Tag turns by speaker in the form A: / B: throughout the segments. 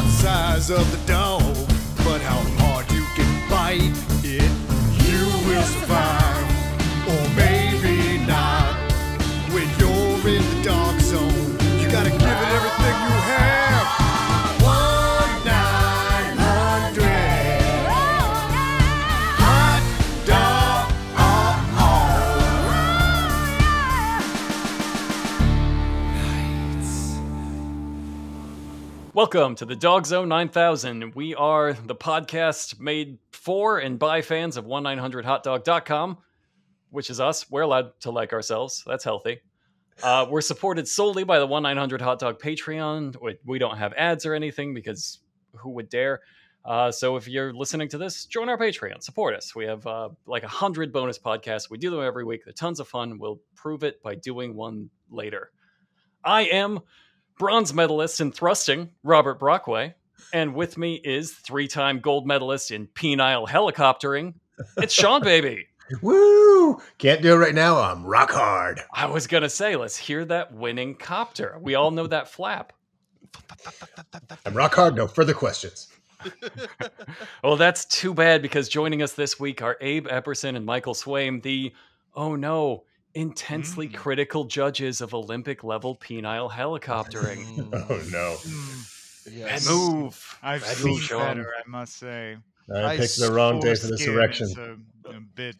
A: size of the dog, but how hard you can bite it, you will survive, or maybe not. When you're in the dog zone, you gotta give it everything you have. One nine hundred hot dog.
B: Welcome to the Dog Zone 9000. We are the podcast made for and by fans of 1900hotdog.com, which is us. We're allowed to like ourselves. That's healthy. Uh, we're supported solely by the 1900hotdog Patreon. We- We don't have ads or anything because who would dare? Uh, so if you're listening to this, join our Patreon. Support us. We have uh, like a hundred bonus podcasts. We do them every week. They're tons of fun. We'll prove it by doing one later. I am bronze medalist in thrusting, Robert Brockway. And with me is three time gold medalist in penile helicoptering. It's Sean Baby.
C: Woo! Can't do it right now. I'm rock hard.
B: I was going to say, let's hear that winning copter. We all know that flap.
C: I'm rock hard. No further questions.
B: Well, that's too bad because joining us this week are Abe Epperson and Michael Swaim, the, oh no, intensely
D: Mm.
B: critical judges of Olympic level penile helicoptering.
C: Oh no!
D: Yes.
B: Move.
D: I've
C: Bad
D: seen
C: move,
B: Sean.
D: better, I must say.
C: I
D: My
C: picked the wrong day for this
D: foreskin
C: erection.
D: is A, a bit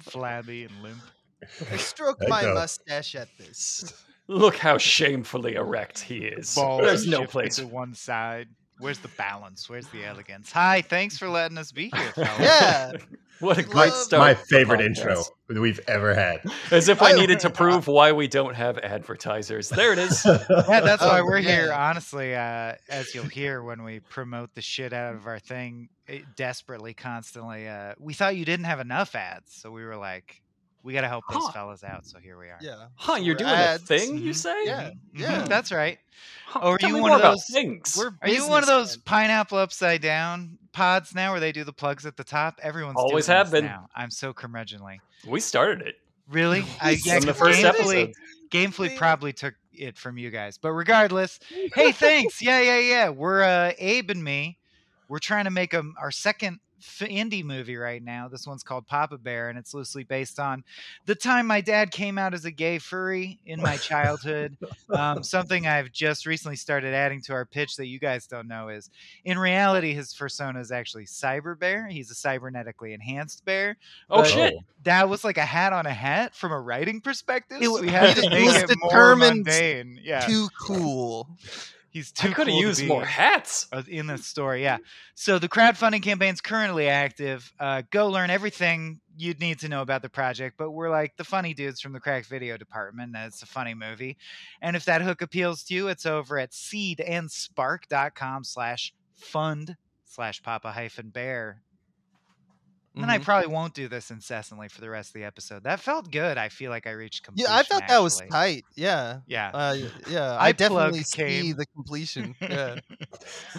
D: flabby and limp.
E: I stroked
C: I
E: my
C: know.
E: mustache at this.
B: Look how shamefully erect he is.
D: Balls
B: There's no
D: shifted
B: place.
D: to one side. Where's the balance? Where's the elegance? Hi, thanks for letting us be here, fellas.
E: Yeah.
B: What a
E: My-
B: great
E: my
B: start.
C: My
B: to the
C: favorite
B: podcast.
C: intro that we've ever had.
B: As if I
E: I-
B: needed to prove why we don't have advertisers. There it is.
D: Yeah, that's why
E: Oh,
D: we're here.
E: yeah.
D: Honestly, uh, as you'll hear when we promote the shit out of our thing eh, desperately, constantly, uh, we thought you didn't have enough ads, so we were like, we got to help those
B: Huh.
D: fellas out. So here we are.
E: Yeah.
B: Huh, you're doing a
E: Ads.
B: thing, you say?
E: Yeah.
D: Mhm,
E: Yeah.
D: that's right.
B: Huh,
D: Or are
B: tell
D: you
B: me
D: one
B: more
D: of
B: about
D: those-
B: things?
E: We're
D: Are you one of those
E: businessmen.
D: pineapple upside down pods now, where they do the plugs at the top? Everyone's
B: Always
D: doing
B: have
D: this
B: been.
D: now. I'm so curmudgeonly.
B: We started it
D: Really? I
E: Yes,
D: yeah,
B: in the first
D: gamefully,
B: episode.
D: gamefully
E: Please.
D: probably took it from you guys, but regardless, hey, thanks. Yeah, yeah, yeah. We're uh, Abe and me. We're trying to make a, our second f- indie movie right now. This one's called Papa Bear, and it's loosely based on the time my dad came out as a gay furry in my childhood. um, something I've just recently started adding to our pitch that you guys don't know is in reality, his persona is actually Cyber Bear. He's a cybernetically enhanced bear.
B: Oh,
D: but
B: shit.
D: That was like a hat on a hat from a writing perspective.
E: It
D: so
E: w-
D: we had
E: he
D: to
E: just
D: make
E: was
D: it more
E: determined
D: mundane. Yeah,
E: Too cool.
D: he's
B: I
D: too.
B: could have
D: cool to
B: used
D: be-
B: more hats.
D: uh, in the story. Yeah. So the crowdfunding campaign's currently active. Uh, go learn everything you'd need to know about the project. But we're like the funny dudes from the crack video department. and It's a funny movie. And if that hook appeals to you, it's over at seedandspark.com slash fund slash papa hyphen bear. And
E: Mm-hmm.
D: Then I probably won't do this incessantly for the rest of the episode. That felt good. I feel like I reached completion.
E: Yeah, I thought that was
D: actually.
E: tight. Yeah.
D: Yeah.
E: Uh, yeah,
D: I
E: I,
D: plug
E: definitely see
D: came.
E: the completion. Yeah. Good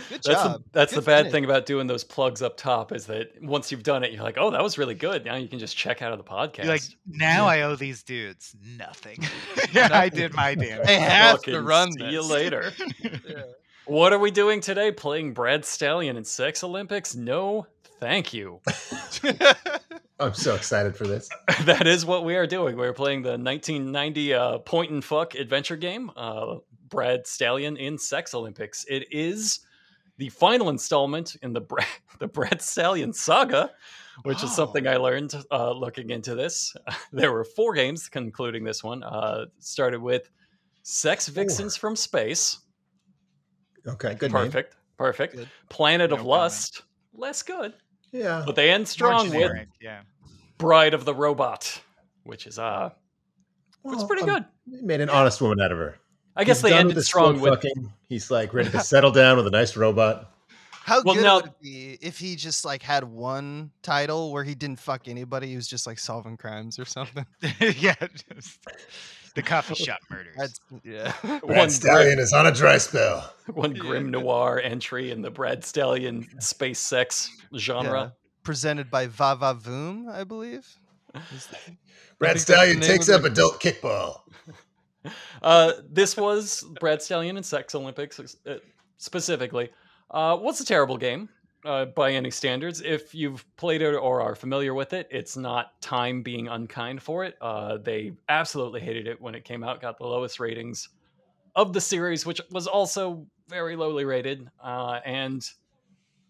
B: That's,
E: job.
B: the, that's the
E: Good
B: bad
E: finish.
B: thing about doing those plugs up top is that once you've done it, you're like, oh, that was really good. Now you can just check out of the podcast.
D: You're like now I owe these dudes nothing. yeah, I did my damage.
E: They have to
B: Fucking
E: run
B: See
E: this.
B: you later.
E: Yeah.
B: What are we doing today? Playing Brad Stallion in Sex Olympics? No, thank you.
C: I'm so excited for this.
B: that is what we are doing. We're playing the 1990 uh, point and fuck adventure game, uh, Brad Stallion in Sex Olympics. It is the final installment in the Brad, the Brad Stallion saga, which is something I learned uh, looking into this. there were four games concluding this one. Uh, started with Sex Vixens from Space.
C: Okay, good name.
B: perfect. Perfect.
E: Good.
B: Planet
D: No
B: of
D: comment.
B: Lust. Less good.
C: Yeah.
B: But they end
D: More
B: strong with
D: generic, yeah.
B: Bride of the Robot, which is uh it's
C: Well,
B: pretty
C: um,
B: good.
C: they Made an honest woman out of her.
B: I guess
C: He's
B: they
C: done
B: ended
C: the
B: strong
C: slow
B: with
C: fucking. He's like ready to settle down with a nice robot.
E: How
B: Well,
E: good
B: now-
E: would it be if he just like had one title where he didn't fuck anybody, he was just like solving crimes or something.
D: yeah, just the coffee shop murders.
E: That's yeah.
B: one, grim,
C: is on a dry spell.
B: one grim noir entry in the Brad Stallion space sex genre.
E: Presented by Vava Voom, I believe. Is- I think
C: Brad
E: that's the Stallion name takes of up the-
C: adult kickball.
B: Uh, this was Brad Stallion and Sex Olympics ex- uh, specifically. Uh, what's a terrible game uh, by any standards? If you've played it or are familiar with it, it's not time being unkind for it. Uh, they absolutely hated it when it came out, got the lowest ratings of the series, which was also very lowly rated. Uh, and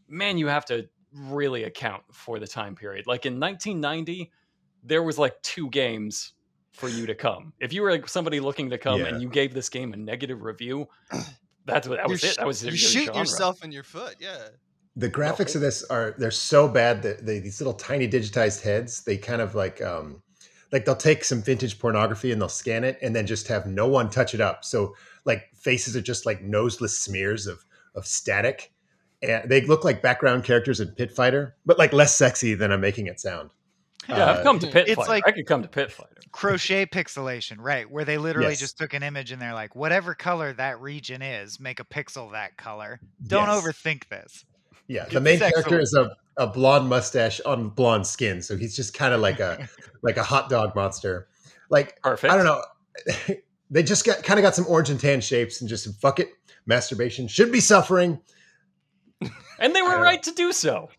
B: man, you have to really account for the time period. Like in 1990, there was like two games for you to come. If you were like somebody looking to come
C: Yeah.
B: and you gave this game a negative review, that's what that was
E: You're
B: it. That was
E: You
B: your
E: shoot
B: genre.
E: yourself in your foot. Yeah.
C: The graphics of this are they're so bad that they these little tiny digitized heads, they kind of like um like they'll take some vintage pornography and they'll scan it and then just have no one touch it up. So like faces are just like noseless smears of of static. And they look like background characters in Pit Fighter, but like less sexy than I'm making it sound.
B: Yeah, I've
C: Uh,
B: come to Pit
D: It's
B: Fighter.
D: like-
B: I could come to Pit Fighter.
D: Crochet pixelation, right? Where they literally
C: Yes.
D: just took an image and they're like, whatever color that region is, make a pixel that color. Don't
C: Yes.
D: overthink this.
C: Yeah, the
E: Good
C: main
E: sex
C: character
E: away.
C: is a, a blonde mustache on blonde skin, so he's just kind of like a like a hot dog monster. Like
B: Perfect.
C: I don't know, they just got kind of got some orange and tan shapes and just said, fuck it, masturbation should be suffering.
B: And they
C: I
B: were
C: don't-
B: right to do so.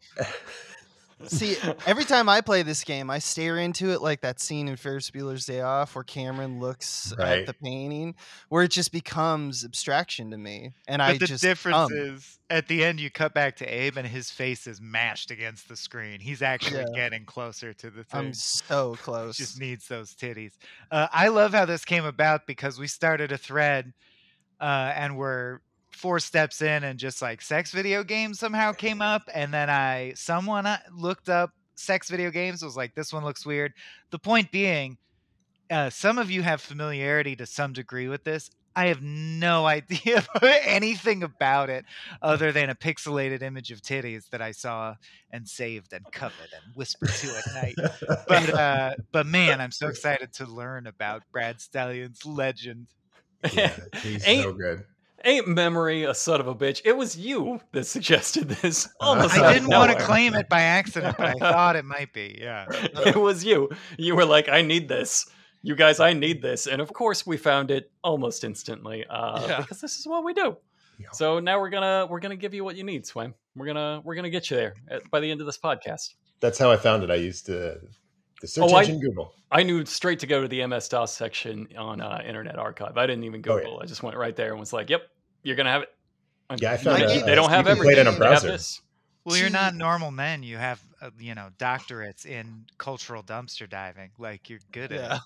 E: See, every time I play this game, I stare into it like that scene in Ferris Bueller's Day Off where Cameron looks
C: Right.
E: at the painting, where it just becomes abstraction to me, and I
D: but the
E: just
D: difference
E: um,
D: is at the end you cut back to Abe and his face is mashed against the screen. He's actually
E: Yeah.
D: getting closer to the thing.
E: I'm so
D: He
E: close.
D: just needs those titties. Uh, I love how this came about because we started a thread uh, and we're four steps in and just like sex video games somehow came up and then I someone uh, looked up sex video games was like this one looks weird. The point being uh, some of you have familiarity to some degree with this. I have no idea anything about it other than a pixelated image of titties that I saw and saved and covered and whispered to at night but uh, but man, I'm so excited to learn about Brad Stallion's legend.
C: Yeah, he's
B: Ain't-
C: so good.
B: Ain't memory a son of a bitch? It was you that suggested this. Almost
C: So
D: I didn't want to
C: nowhere.
D: claim it by accident, but I thought it might be. Yeah,
B: It was you. You were like, I need this. You guys, I need this. And of course, we found it almost instantly uh,
E: Yeah.
B: because this is what we do.
C: Yeah.
B: So now we're gonna we're gonna give you what you need, Swim. We're gonna we're gonna get you there at, by the end of this podcast.
C: That's how I found it. I used uh the search
B: Oh, I-
C: engine Google.
B: I knew straight to go to the MS DOS section on uh, Internet Archive. I didn't even
C: Oh, yeah.
B: Google. I just went right there and was like, "Yep, you're gonna have it." And
C: Yeah, I
B: you
C: found
B: know,
E: it, uh,
B: they don't
E: you
B: have
E: can play
B: everything.
E: it on a
B: They have
C: browser.
B: this.
D: well, you're not
E: Gee.
D: normal men. You have uh, you know doctorates in cultural dumpster diving. Like you're good at.
E: Yeah.
D: it.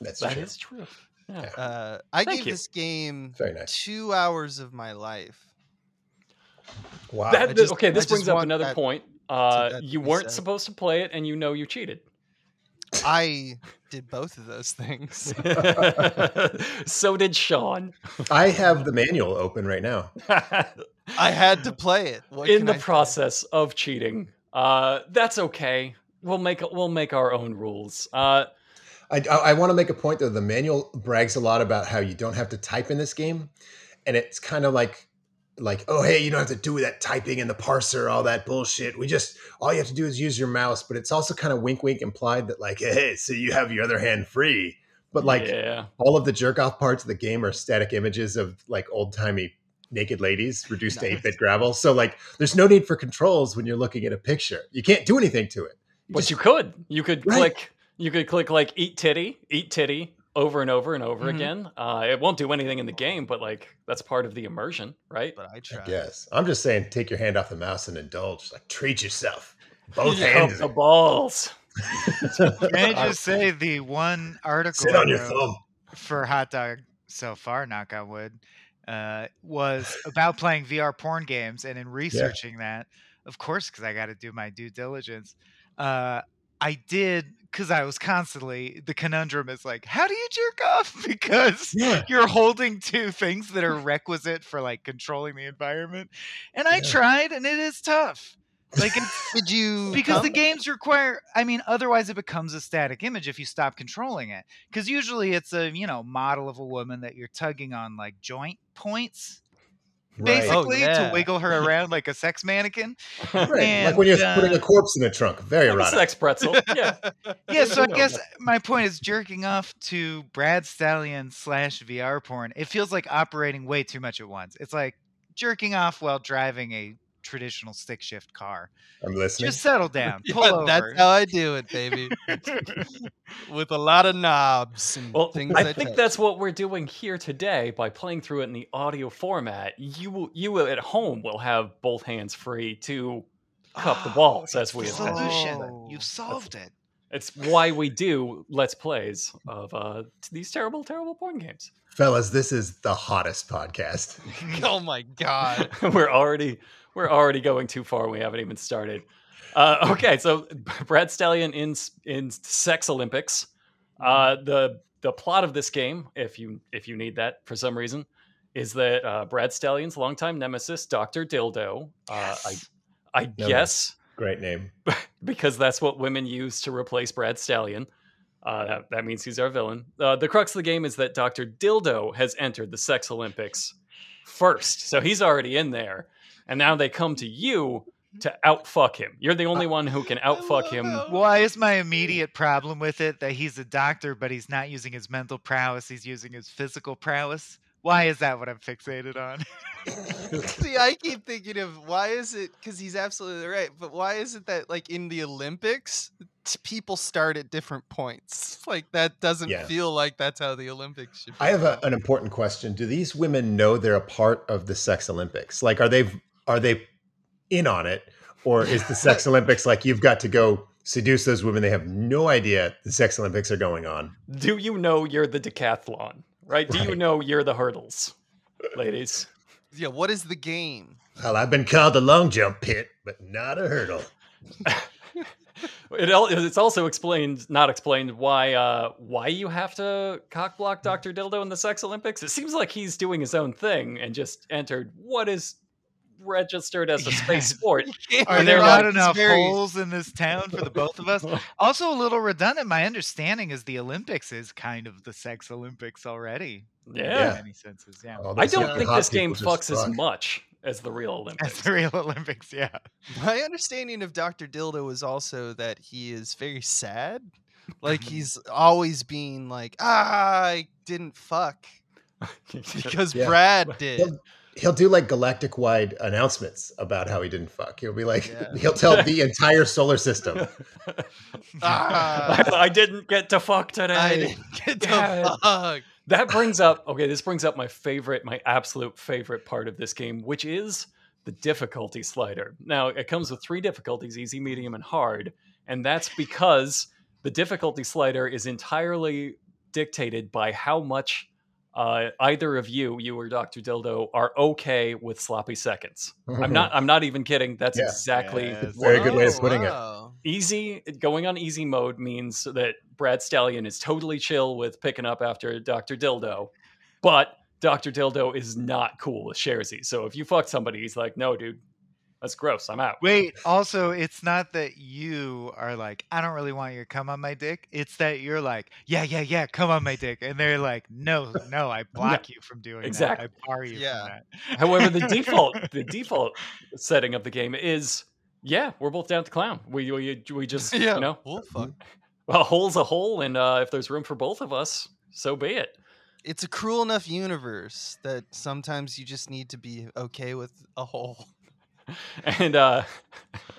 C: That's
B: That
C: true.
B: is true. Yeah.
C: Yeah.
E: Uh, I
B: Thank
E: gave
B: you.
E: this game
C: Very nice.
E: two hours of my life.
C: Wow.
B: That,
E: Uh, I
B: th-
E: just-
B: okay,
E: I
B: this
E: just
B: brings up
E: want
B: another
E: that
B: point. Uh,
E: that to
B: you
E: be
B: weren't
E: said.
B: supposed to play it, and you know you cheated.
E: I did both of those things.
B: so did Sean.
C: I have the manual open right now.
E: I had to play it. What
B: in
E: can
B: the
E: I say?
B: process of cheating. Uh, that's okay. We'll make we'll make our own rules. Uh,
C: I, want to make a point though. The manual brags a lot about how you don't have to type in this game, and it's kind of like, like, oh hey, you don't have to do that typing and the parser, all that bullshit. We just all you have to do is use your mouse. But it's also kind of wink, wink implied that like, hey, so you have your other hand free. But like
B: yeah,
C: all of the jerk off parts of the game are static images of like old timey naked ladies reduced to
E: Nice.
C: eight bit gravel. So like, there's no need for controls when you're looking at a picture. You can't do anything to it.
B: but
C: just-
B: you could you could
C: Right.
B: click you could click like eat titty eat titty over and over and over
E: Mhm.
B: again. Uh, it won't do anything in the game, but like that's part of the immersion, right?
E: But I
C: I
E: tried.
C: guess. I'm just saying, take your hand off the mouse and indulge. Like, treat yourself.
B: Pump
C: Both hands.
B: Oh, the balls.
D: Can I just say the one article
C: Sit on
D: I
C: your
D: wrote
C: thumb.
D: for hot dog so far, knock on wood, uh, was about playing VR porn games. And in researching that, of course, because I got to do my due diligence, uh, I did because I was constantly the conundrum is like, how do you jerk off? Because
C: Yeah.
D: you're holding two things that are requisite for like controlling the environment. And I
C: Yeah.
D: tried, and it is tough. Like it's
E: Did you?
D: because the
E: come?
D: games require i mean otherwise it becomes a static image if you stop controlling it because usually it's a you know model of a woman that you're tugging on like joint points
C: Right.
E: Oh,
D: basically
E: yeah.
D: to wiggle her around like a sex mannequin
C: right.
D: and,
C: Like when you're
D: Oh, uh,
C: putting a corpse in a trunk. Very
B: Like a
C: erotic.
B: sex pretzel. Yeah.
D: yeah so i
B: No,
D: guess my point is jerking off to brad stallion slash vr porn it feels like operating way too much at once it's like jerking off while driving a traditional stick shift car.
C: I'm listening.
D: Just settle down.
E: Yeah,
D: Pull over.
E: That's how I do it, baby. With a lot of knobs and
B: Well,
E: things.
B: I
E: that
B: think
E: touch.
B: that's what we're doing here today by playing through it in the audio format. You will- you at home will have both hands free to cup the
D: Oh,
B: balls as
D: The
B: we
E: it's all-
B: attend.
D: solution.
E: Oh.
D: You've solved it.
B: It's why we do let's plays of uh, t- these terrible, terrible porn games.
C: Fellas, this is the hottest podcast.
E: oh my god.
B: we're already we're already going too far. We haven't even started. Uh, okay, so Brad Stallion in s- in Sex Olympics. Uh, the the plot of this game, if you if you need that for some reason, is that uh, Brad Stallion's longtime nemesis, Doctor Dildo. Uh,
D: Yes.
B: I I
C: No.
B: guess
C: Great name.
B: because that's what women use to replace Brad Stallion. Uh, that, that means he's our villain. Uh, the crux of the game is that Dr. Dildo has entered the Sex Olympics first. So he's already in there. And now they come to you to outfuck him. You're the only one who can outfuck him.
D: Why is my immediate problem with it that he's a doctor, but he's not using his mental prowess? He's using his physical prowess. Why is that what I'm fixated on?
E: See, I keep thinking of why is it because he's absolutely right, but why is it that like in the Olympics t- people start at different points? Like that doesn't
C: Yeah.
E: feel like that's how the Olympics should. Be.
C: I have a, an important question. Do these women know they're a part of the Sex Olympics? Like, are they are they in on it, or is the Sex Olympics like you've got to go seduce those women? They have no idea the Sex Olympics are going on.
B: Do you know you're the decathlon? Right? Do you
C: Right.
B: know you're the hurdles, ladies?
E: yeah. What is the game?
C: Well, I've been called a long jump pit, but not a hurdle.
B: It al- it's also explained, not explained, why uh, why you have to cockblock Doctor Dildo in the Sex Olympics. It seems like he's doing his own thing and just entered what is registered as a space
D: Yeah.
B: sport.
D: Are
B: And
D: there
B: they're
D: not
B: like,
E: It's
D: enough
E: very-
D: holes in this town for the both of us? Also, a little redundant. My understanding is the Olympics is kind of the sex Olympics already.
B: Yeah.
D: in many senses. Yeah,
C: All
B: I
C: those
B: don't
C: young
B: think
C: hot
B: this game
C: people just
B: fucks as
C: fuck.
B: much as the real
D: as
B: Olympics.
D: the real Olympics. Yeah.
E: My understanding of Dr. Dildo is also that he is very sad. Like he's always being like, ah, I didn't fuck because
C: Yeah.
E: Brad did.
C: He'll, he'll do like galactic wide announcements about how he didn't fuck. He'll be like,
E: Yeah.
C: he'll tell the entire solar system.
E: Ah,
B: I didn't get to fuck today.
E: I didn't get
B: Yeah.
E: to fuck.
B: That brings up okay. This brings up my favorite, my absolute favorite part of this game, which is the difficulty slider. Now it comes with three difficulties: easy, medium, and hard. And that's because the difficulty slider is entirely dictated by how much uh, either of you, you or Doctor Dildo, are okay with sloppy seconds. I'm not. I'm not even kidding. That's
C: Mm-hmm. Yeah.
B: exactly
D: Yes.
B: what
C: Very good way of
E: Oh,
C: putting it.
E: wow.
B: easy going on easy mode means that Brad Stallion is totally chill with picking up after Dr. Dildo, but Dr. Dildo is not cool with Sharesi. So if you fuck somebody, he's like, no, dude, that's gross. I'm out.
D: Wait, also, it's not that you are like, I don't really want you to come on my dick. It's that you're like, yeah, yeah, yeah, come on my dick. And they're like, no, no, I block you from doing
B: exactly.
D: that. I bar you
E: Yeah.
D: from that.
B: However, the default the default setting of the game is yeah, we're both down to clown. We we, we just
E: Yeah.
B: you know
E: Well, fuck.
B: a hole's a hole, and uh, if there's room for both of us, so be it.
E: It's a cruel enough universe that sometimes you just need to be okay with a hole.
B: And uh,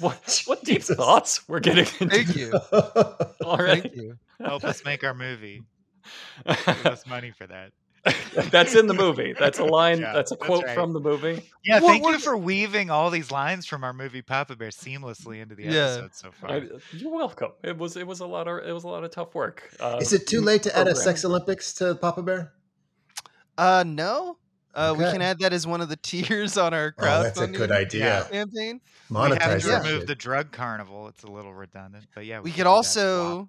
B: what what deep
C: Jesus.
B: thoughts we're getting into
E: Thank you.
B: already.
E: Thank you.
D: Help us make our movie. Give us money for that.
B: that's in the movie. That's a line.
D: Yeah,
B: that's a
D: that's
B: quote
D: right.
B: from the movie.
D: Yeah,
E: What-
D: thank
E: what-
D: you for weaving all these lines from our movie Papa Bear seamlessly into the
E: Yeah.
D: episode so far.
B: I- you're welcome. It was it was a lot of it was a lot of tough work. Uh,
C: Is it too late to add a
B: program.
C: Sex Olympics to Papa Bear?
E: Uh, no. Uh, we
C: Okay.
E: can add that as one of the tiers on our crowdfunding
C: Oh, that's a good idea.
E: campaign.
D: we have
C: Monetize
D: to
E: that
D: remove the
C: shit.
D: drug carnival. It's a little redundant, but yeah,
E: we
D: could
E: could
D: do that.
E: also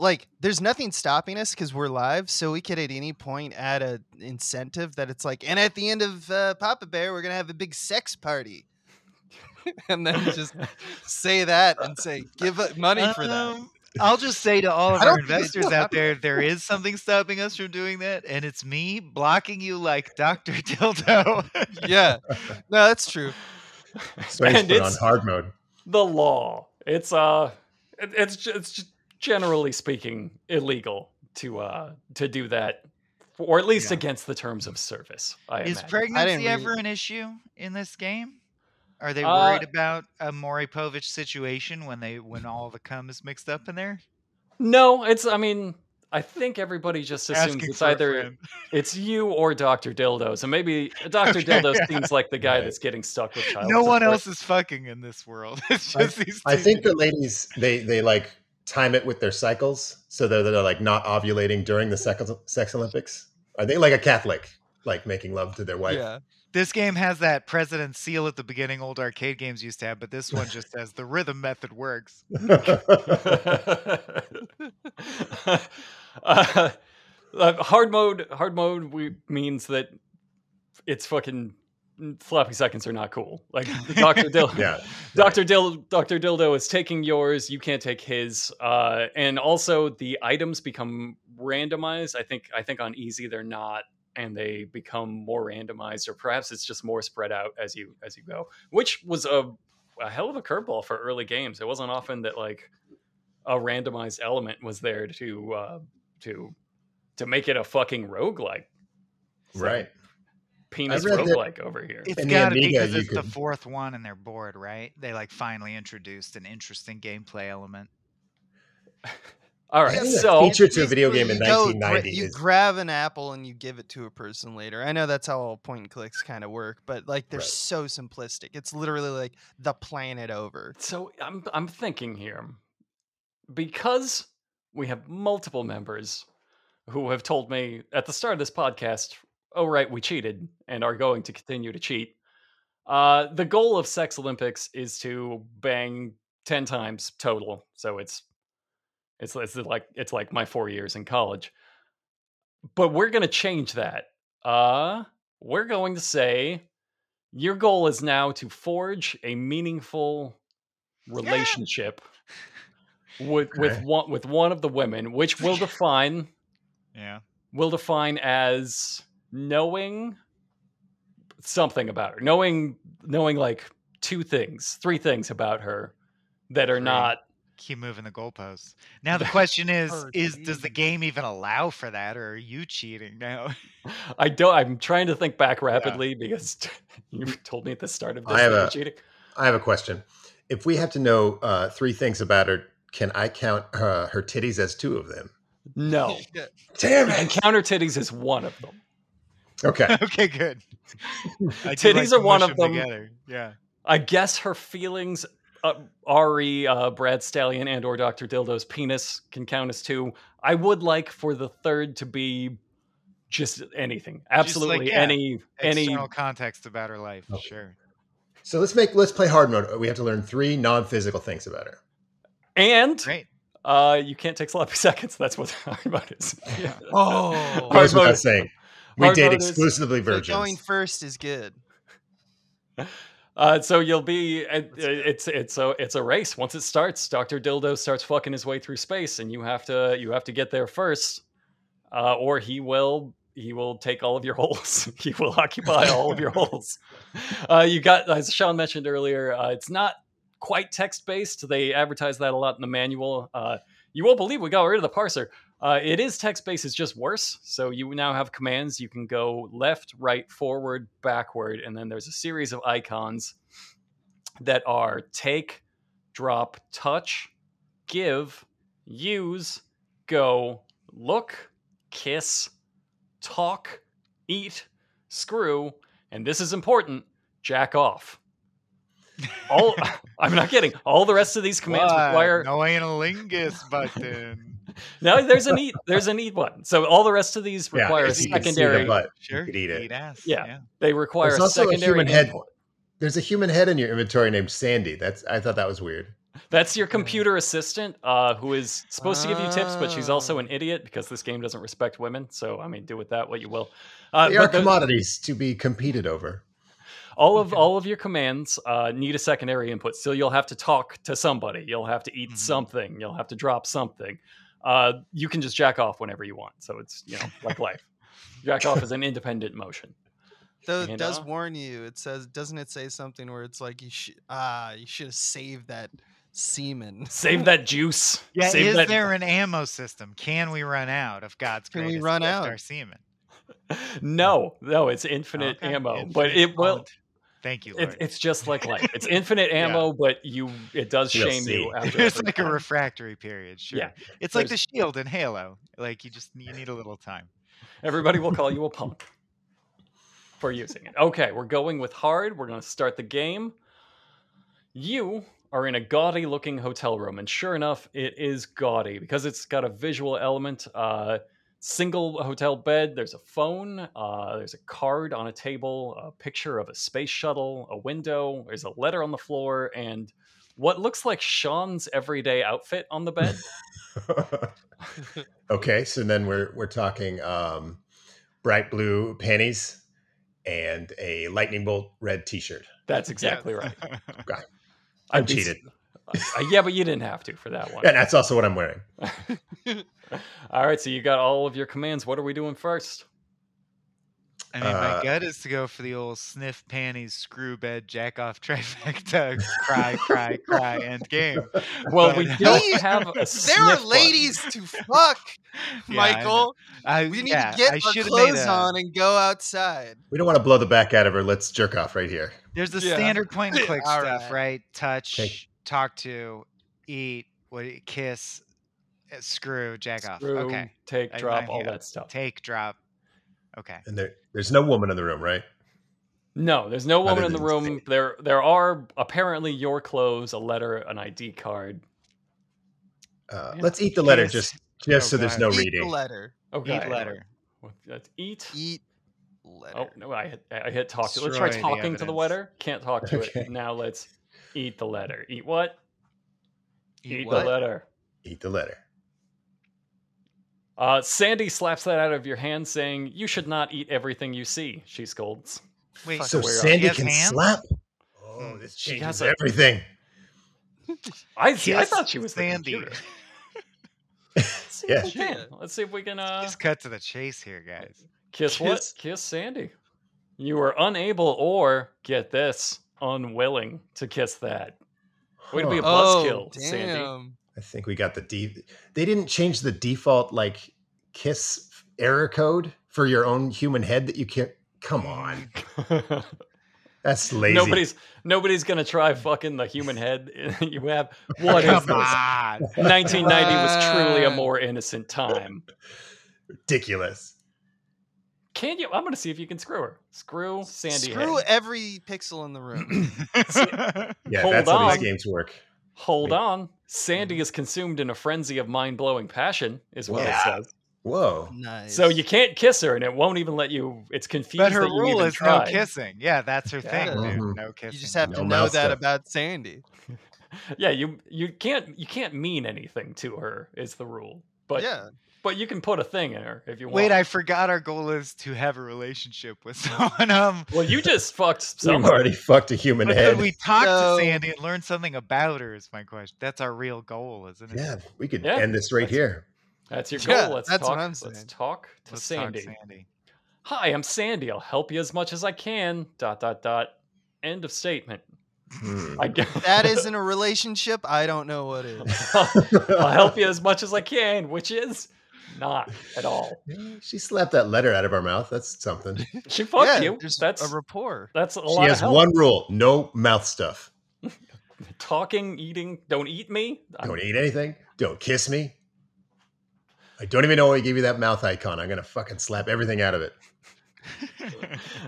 E: like there's nothing stopping us because we're live so we could at any point add a incentive that it's like and at the end of uh, papa bear we're gonna have a big sex party and then just say that and say give up money for that
D: Um, I'll just say to all of
E: I
D: our
E: don't think it's
D: investors out there, there is something stopping us from doing that, and it's me blocking you like Dr. Dildo.
E: yeah no that's true
C: Strange
B: and
C: put on
B: it's-
C: hard mode.
B: the law. It's uh, it, it's ju- it's ju- generally speaking illegal to uh to do that or at least
D: Yeah.
B: against the terms of service. I
D: Is
B: imagine.
D: pregnancy
E: really-
D: ever an issue in this game? Are they
B: Uh,
D: worried about a Maury Povich situation when they when all the cum is mixed up in there?
B: no, it's. I mean, I think everybody just assumes
D: Asking
B: it's
D: for a
B: either
D: friend.
B: it's you or Doctor Dildos, and maybe Doctor
D: Okay,
B: Dildo
D: yeah.
B: seems like the guy
C: Right.
B: that's getting stuck with child.
D: no one
B: support.
D: else is fucking in this world. It's
C: I-
D: just these.
C: I
D: two
C: think
D: dudes.
C: the ladies they they like time it with their cycles, so they're they're like not ovulating during the sex, sex Olympics. Are they like a Catholic, like making love to their wife?
E: Yeah.
D: this game has that president's seal at the beginning. Old arcade games used to have, but this one just says the rhythm method works.
B: uh, uh, hard mode. Hard mode we, means that it's fucking floppy seconds are not cool. Like Doctor Dill,
C: yeah.
B: Doctor Dill, Doctor Dildo is taking yours. You can't take his. Uh, and also the items become randomized. I think. I think on easy they're not, and they become more randomized, or perhaps it's just more spread out as you as you go. Which was a a hell of a curveball for early games. It wasn't often that like a randomized element was there to uh, to to make it a fucking roguelike. So,
C: Right.
B: Penis
C: read that-
B: roguelike over here.
D: It's
C: In the
D: got to be
C: Amiga,
D: because
C: you
D: it's the
C: could-
D: fourth one and they're bored, right? They like finally introduced an interesting gameplay element.
B: All right.
C: I think the
B: so
C: feature to a video game
E: Basically,
C: in
E: you go gra-
C: 1990
E: You
C: is
E: grab an apple and you give it to a person later. I know that's how all point and clicks kind of work, but like they're
C: Right.
E: so simplistic. It's literally like the planet over.
B: So I'm I'm thinking here because we have multiple members who have told me at the start of this podcast, "Oh right, we cheated and are going to continue to cheat." Uh, the goal of Sex Olympics is to bang ten times total. So it's it's it's like it's like my four years in college. But we're gonna change that. Uh, we're going to say your goal is now to forge a meaningful relationship with with
C: Okay.
B: one with one of the women, which will define
D: Yeah.
B: will define as knowing something about her, knowing knowing like two things, three things about her that are
D: Three.
B: not
D: Keep moving the goalposts. Now the question is:
E: Oh,
D: Is does the
E: jeez.
D: game even allow for that, or are you cheating now?
B: I don't. I'm trying to think back rapidly because you told me at the start of this
C: I have
B: that you're
C: a-
B: cheating.
C: I have a question. If we have to know uh, three things about her, can I count uh, her titties as two of them?
B: No,
C: Damn
B: and counter titties is one of them.
C: Okay.
D: okay, good. I do
B: Titties
D: to
B: are one
D: mush
B: of them.
D: Together. Yeah.
B: I guess her feelings, uh, Ari, uh, Brad Stallion, and or Doctor Dildo's penis can count as two. I would like for the third to be just anything, absolutely
D: yeah,
B: any any Oh,
D: External context about her life.
C: Okay.
D: Sure.
C: So let's make let's play hard mode. We have to learn three non-physical things about her.
B: and.
D: Great.
B: Uh, you can't take sloppy seconds. That's what hard mode is. Yeah.
E: Oh,
B: Hard
C: Goes without
B: mode-
C: saying. We
B: hard
C: date
B: mode is-
C: exclusively
E: so
C: virgins.
E: going first is good.
B: Uh, so you'll be and, uh, it's it's a it's a race. Once it starts, Doctor Dildo starts fucking his way through space, and you have to you have to get there first, uh, or he will he will take all of your holes. he will occupy all of your holes. Uh, you got as Sean mentioned earlier, uh, it's not quite text based. They advertise that a lot in the manual. Uh, you won't believe we got rid of the parser. Uh, it is text based. It's just worse. So you now have commands. You can go left, right, forward, backward, and then there's a series of icons that are take, drop, touch, give, use, go, look, kiss, talk, eat, screw, and this is important, jack off. All I'm not kidding. All the rest of these commands
D: What?
B: require
D: no analingus button.
B: no, there's an eat. There's an eat button. So all the rest of these
C: Yeah,
B: require a
D: there's an eat. You can see
B: secondary.
C: butt.
D: Sure.
C: could eat it.
D: ass.
B: Yeah. They require
C: There's
B: a
C: also a
B: secondary.
C: human head.
B: input.
C: There's a human head in your inventory named Sandy. That's I thought that was weird.
B: That's your computer assistant, uh, who is supposed to give you tips, but she's also
E: Ah.
B: an idiot because this game doesn't respect women. So I mean, do with that what you will. Uh,
C: They are
B: but the-
C: commodities to be competed over.
B: all of all of your commands uh, need a secondary input. So you'll have to talk to somebody. You'll have to eat
C: Mm-hmm.
D: Mhm.
B: something. You'll have to drop something. Uh, you can just jack off whenever you want. So it's you know like life. Jack off is an independent motion.
E: Though
B: You
E: it does
B: know?
E: warn you. It says, doesn't it say something where it's like you should ah, you should have saved that semen.
B: Save that juice.
D: Yeah,
B: Save
D: is
B: that
D: there an ammo system? Can we run out of God's
E: Can we
D: greatest
E: run
D: gift,
E: out?
D: our semen?
B: no, no, it's infinite
D: Okay.
B: ammo,
D: Infinite
B: but it will.
D: bullet. Thank you, Lord.
B: It, it's just like life. It's infinite ammo, but you it does
C: You'll
B: shame
C: see.
B: you. After
D: it's
B: every
D: like a
B: time.
D: refractory period. Sure.
B: Yeah,
D: It's like the
B: there's-
D: shield in Halo. Like you just you need a little time.
B: Everybody will call you a punk for using it. Okay, we're going with hard. We're going to start the game. You are in a gaudy looking hotel room, and sure enough, it is gaudy because it's got a visual element. Uh, single hotel bed, there's a phone, uh, there's a card on a table, a picture of a space shuttle, a window, there's a letter on the floor, and what looks like Sean's everyday outfit on the bed.
C: okay, so then we're we're talking um, bright blue panties and a lightning bolt red T-shirt.
B: That's exactly right.
C: I
B: I'd be s-
C: cheated,
B: Uh, yeah, but you didn't have to for that one.
C: and that's also what I'm wearing.
B: All right, so you got all of your commands. What are we doing first?
D: I mean,
C: Uh,
D: my gut is to go for the old sniff panties, screw bed, jack off trifecta, cry, cry, cry, end game.
B: Well, we
D: But-
B: don't
E: Please,
B: have a
E: There are
B: sniff button.
E: ladies to fuck,
D: Yeah, I
E: Michael.
D: I,
E: We need
D: yeah,
E: to get
D: I
E: our
D: should've made
E: clothes
D: a-
E: on and go outside.
C: We don't want to blow the back out of her. Let's jerk off right here.
D: There's the
B: Yeah.
D: standard point and click
E: All
D: stuff,
E: right.
D: right? Touch,
C: Okay.
D: talk to, eat, what, do you- kiss, uh, screw, jack off.
B: Screw,
D: Okay.
B: take,
D: I-
B: drop,
D: I-
B: all
D: yeah.
B: that stuff.
D: Take, drop. Okay.
C: And there, there's no woman in the room, right?
B: No, there's no woman
C: Other
B: in the
C: than
B: room.
C: steak.
B: There, there are apparently your clothes, a letter, an ID card.
C: Uh,
B: Yeah.
C: let's eat the letter
D: Kiss,
C: just
D: Oh,
C: just so there's
D: God.
C: no
E: Eat the
C: reading.
E: letter.
B: Okay,
D: Eat letter.
B: Oh, Well, That's eat.
E: Eat
B: Oh
E: letter.
B: no, I hit, I hit talk to. Let's try
D: Destroy the
B: talking to the
D: evidence.
B: letter. Can't talk to
C: Okay.
B: it. Now let's eat the letter. Eat what?
D: Eat
B: the
D: what?
B: letter.
C: Eat the letter.
B: Uh, Sandy slaps that out of your hand, saying, "You should not eat everything you see." She scolds.
D: Wait,
E: Fuck,
C: So
B: where are-
C: Sandy
D: Yes,
C: can
D: hands?
C: slap. Oh,
D: Hmm.
C: this
B: She
C: changes
B: has a-
C: everything.
B: I see. I
D: Kiss
B: thought she was the
D: Sandy.
B: computer. Let's see
C: Yeah.
B: if we can. Let's see if we can uh,
D: Just cut to the chase here, guys.
B: kiss what?
E: kiss-
B: Kiss Sandy. You were unable, or get this, unwilling to kiss that. Way to be a
C: Huh.
B: buzzkill, Sandy.
E: oh, damn.
C: I think we got the de- They didn't change the default like kiss error code for your own human head that you can't. Come on, that's lazy.
B: nobody's nobody's gonna try fucking the human head you have. What is
D: Come
B: this?
D: on.
B: 1990 was truly a
D: Uh,
E: on.
B: more innocent time.
C: ridiculous.
B: Can you? I'm gonna see if you can screw her. Screw Sandy.
E: Screw
B: head.
E: every pixel in the room.
C: Yeah,
B: Hold
C: that's how
B: on.
C: these games work.
B: Hold
C: Wait.
B: on.
D: Mm-hmm.
B: Sandy is consumed in a frenzy of mind blowing passion, is what
C: Yeah.
B: it says.
C: Whoa,
E: nice.
B: So you can't kiss her, and it won't even let you. It's confused.
D: but her
B: that you
D: rule
B: even
D: is
B: tried.
D: no kissing. Yeah, that's her thing,
E: Yeah.
D: dude.
C: Mhm.
D: No kissing.
E: You just have
C: No
E: to know
C: mouse
E: that
C: stuff.
E: about Sandy.
B: Yeah, you you can't you can't mean anything to her is the rule. But
E: yeah.
B: but you can put a thing in her if you want.
D: Wait, I forgot our goal is to have a relationship with someone. Um,
B: well you just fucked
C: Someone
B: somebody.
C: already fucked a human
D: but could
C: head.
D: we talk
E: So-
D: to Sandy and learn something about her? Is my question. That's our real goal, isn't it?
C: yeah, we could
B: Yeah,
C: end this right
B: that's-
C: here.
B: That's your goal.
E: Yeah,
B: let's
E: that's what
B: talk.
E: I'm
B: Let's
E: saying.
B: talk to
D: Let's talk
B: Sandy.
D: Sandy.
B: Hi, I'm Sandy. I'll help you as much as I can. Dot dot dot. End of statement.
C: Hmm.
B: I guess
E: That isn't a relationship. I don't know what is.
B: I'll help you as much as I can, which is not at all.
C: She slapped that letter out of our mouth. That's something.
B: She fucked
E: yeah,
B: you.
E: Just
B: That's
E: a rapport.
B: that's a
C: She
B: lot of
C: has
B: help.
C: one rule: no mouth stuff.
B: Talking, eating, don't eat me. I'm-
C: Don't eat anything. Don't kiss me. I don't even know why I gave you that mouth icon. I'm gonna fucking slap everything out of it.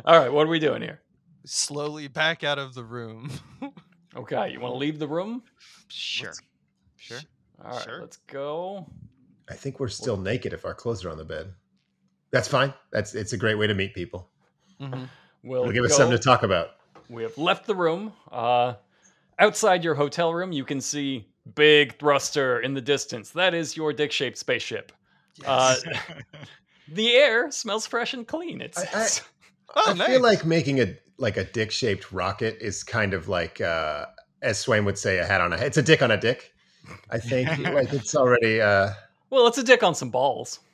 B: All right, what are we doing here?
E: Slowly back out of the room.
B: Okay, you want to leave the room?
D: Sure. Sure.
B: All right,
D: Sure.
B: let's go.
C: I think we're still naked if our clothes are on the bed. That's fine. That's it's a great way to meet people.
B: Mm-hmm.
E: Mhm.
B: We'll
C: It'll give
B: go.
C: us something to talk about.
B: We have left the room. Uh, outside your hotel room, you can see big thruster in the distance. That is your dick-shaped spaceship. Uh, the air smells fresh and clean. It's
C: I- I-
E: oh,
C: I
E: nice.
C: feel like making a like a dick shaped rocket is kind of like uh, as Swain would say, a hat on a head. It's a dick on a dick. I think like it's already uh,
B: well, it's a dick on some balls.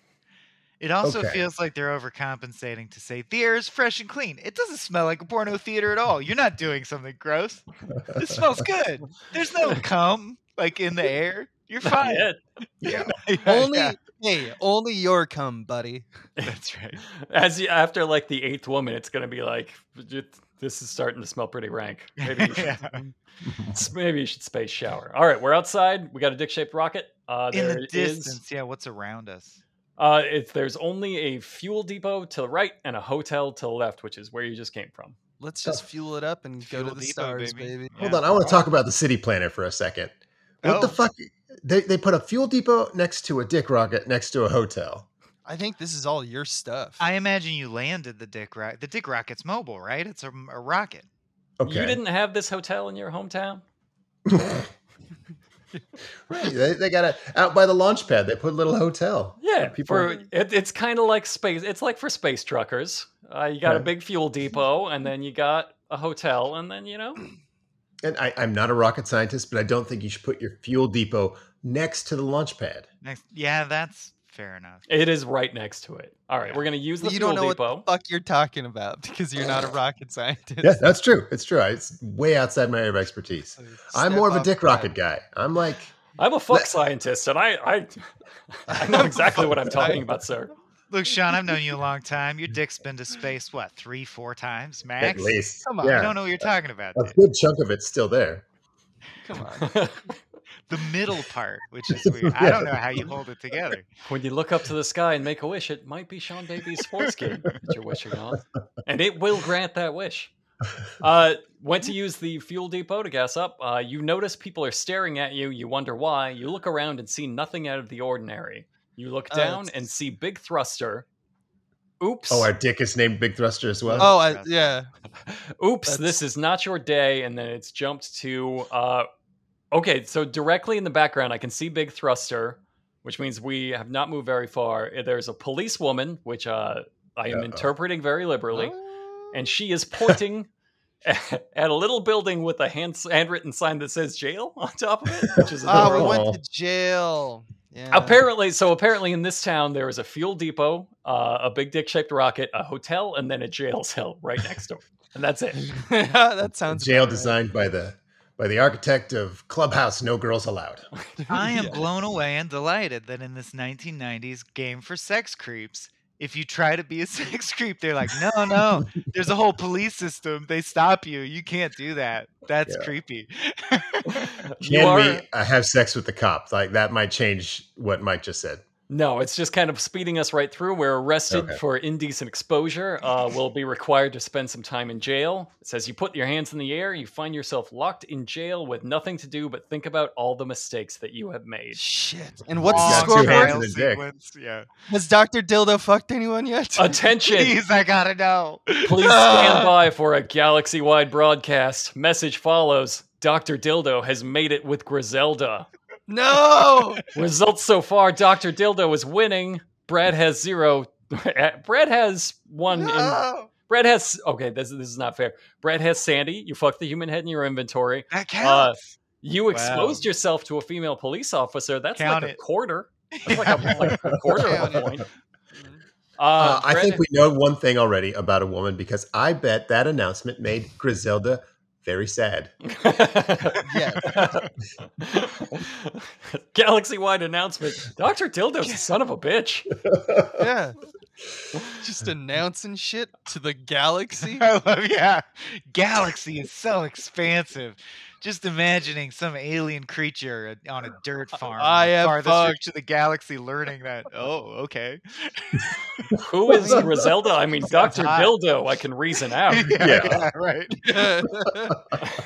D: It also
C: Okay.
D: feels like they're overcompensating to say the air is fresh and clean. It doesn't smell like a porno theater at all. You're not doing something gross. It smells good. There's no cum like in the air. You're fine.
B: Yeah.
C: yeah.
D: Yeah,
E: only
D: yeah.
E: Hey, only your cum, buddy.
B: That's right. As you, after like the eighth woman, it's gonna be like "It- this is starting to smell pretty rank. Maybe you should, s- maybe you should space shower. All right, we're outside. We got a dick-shaped rocket. Uh,
D: in
B: there
D: the
B: is-
D: distance. Yeah, what's around us?
B: uh, it's there's only a fuel depot to the right and a hotel to the left, which is where you just came from.
E: Let's just fuel it up and go
F: Fuel
E: to the
F: Depot,
E: stars,
F: baby.
E: baby.
C: Hold
D: Yeah.
C: on, I want to talk about the city planner for a second. What the
D: Oh.
C: fuck? They, they put a fuel depot next to a dick rocket next to a hotel.
E: I think this is all your stuff.
D: I imagine you landed the dick rocket. The dick rocket's mobile, right? It's a, a rocket.
C: Okay.
B: You didn't have this hotel in your hometown.
C: right. They, they got a out by the launch pad. They put a little hotel.
B: Yeah,
C: people-
B: for it, it's kind of like space. It's like for space truckers. Uh, you got a
C: Right.
B: big fuel depot, and then you got a hotel, and then you know.
C: And I, I'm not a rocket scientist, but I don't think you should put your fuel depot next to the launch pad.
D: Next, yeah, that's fair enough.
B: It is right next to it. All right, we're gonna use the
E: you
B: fuel
E: don't know
B: depot.
E: what the fuck you're talking about because you're not a rocket scientist.
C: Yeah, that's true. It's true. I- It's way outside my area of expertise.
E: So
C: I'm
E: step
C: more of a
E: off
C: dick
E: the
C: rocket guy. I'm like,
B: I'm a fuck scientist, and I I, I know exactly what I'm talking about, sir.
D: Look, Sean, I've known you a long time. Your dick's been to space what three, four times
C: at
D: max. You
C: least.
E: Come on,
C: yeah,
D: don't know what you're talking about.
C: a
D: dude.
C: good chunk of it's still there.
E: Come on.
D: The middle part, which is weird. I don't know how you hold it together.
B: when you look up to the sky and make a wish, it might be Sean Baby's sports kid that you're wishing on, and it will grant that wish. Uh, went to use the fuel depot to gas up. Uh, you notice people are staring at you. You wonder why. You look around and see nothing out of the ordinary. You look
E: Oh,
B: down
E: it's-
B: and see Big Thruster. Oops.
C: Oh, our dick is named Big Thruster as well.
E: Oh, I, yeah.
B: Oops,
E: That's-
B: this is not your day. And then it's jumped to. Uh, okay, so directly in the background, I can see Big Thruster, which means we have not moved very far. Eh, There's a police woman, which uh, I am
C: Uh-oh.
B: interpreting very liberally,
E: Oh.
B: and she is pointing. At a little building with a hand, handwritten sign that says "jail" on top of it, which is
E: Ah, we
B: adorable.
E: went
C: Oh.
E: to jail. Yeah.
B: apparently. So apparently, in this town, there is a fuel depot, uh, a big dick-shaped rocket, a hotel, and then a jail cell right next door, and that's it.
E: that sounds
C: jail
E: about right.
C: designed by the by the architect of Clubhouse No Girls Allowed.
D: I am blown away and delighted that in this 1990s game for sex creeps, if you try to be a sex creep, they're like, no, no, there's a whole police system. They stop you. You can't do that. That's
C: Yeah.
D: creepy.
B: You
C: Can
B: are-
C: we uh, have sex with the cop? Like that might change what Mike just said.
B: No, it's just kind of speeding us right through. We're arrested
C: Okay.
B: for indecent exposure. Uh, we'll be required to spend some time in jail. It says you put your hands in the air, you find yourself locked in jail with nothing to do but think about all the mistakes that you have made.
E: Shit. And what's the
C: Got two hands
E: scoreboard?
C: in the dick.
D: Yeah.
E: Has Dr. Dildo fucked anyone yet?
B: Uh, Attention!
D: Please, I gotta know.
B: Please stand
E: Ah!
B: by for a galaxy wide broadcast. Message follows Dr. Dildo has made it with Griselda.
E: no.
B: Results so far Dr. Dildo is winning. Brad has zero. Brad has one in
E: no.
B: Brett has okay. This this is not fair. Brett has Sandy. You fucked the human head in your inventory.
D: That
B: Uh,
D: counts.
B: you exposed yourself to a female police officer. That's
D: Count
B: like a
D: it.
B: quarter. That's like a, like a quarter of a
E: Count it.
B: point. Uh,
C: Uh, I
B: Brett-
C: think we know one thing already about a woman because I bet that announcement made Griselda very sad.
D: Mm,
E: Yeah.
B: Galaxy-wide announcement: Doctor Dildo's a son of a bitch.
E: Yeah. Just announcing shit to the galaxy.
D: I love, yeah. Galaxy is so expansive. Just imagining some alien creature uh, on a dirt farm.
E: I
D: in the
E: have
D: farthest
E: fucked.
D: reach of the galaxy learning that. Oh, okay.
B: Who is Griselda? I mean, Doctor
D: hot.
B: Dildo. I can reason out.
C: Oh, Yeah.
D: right.
E: yeah.
D: It's, uh,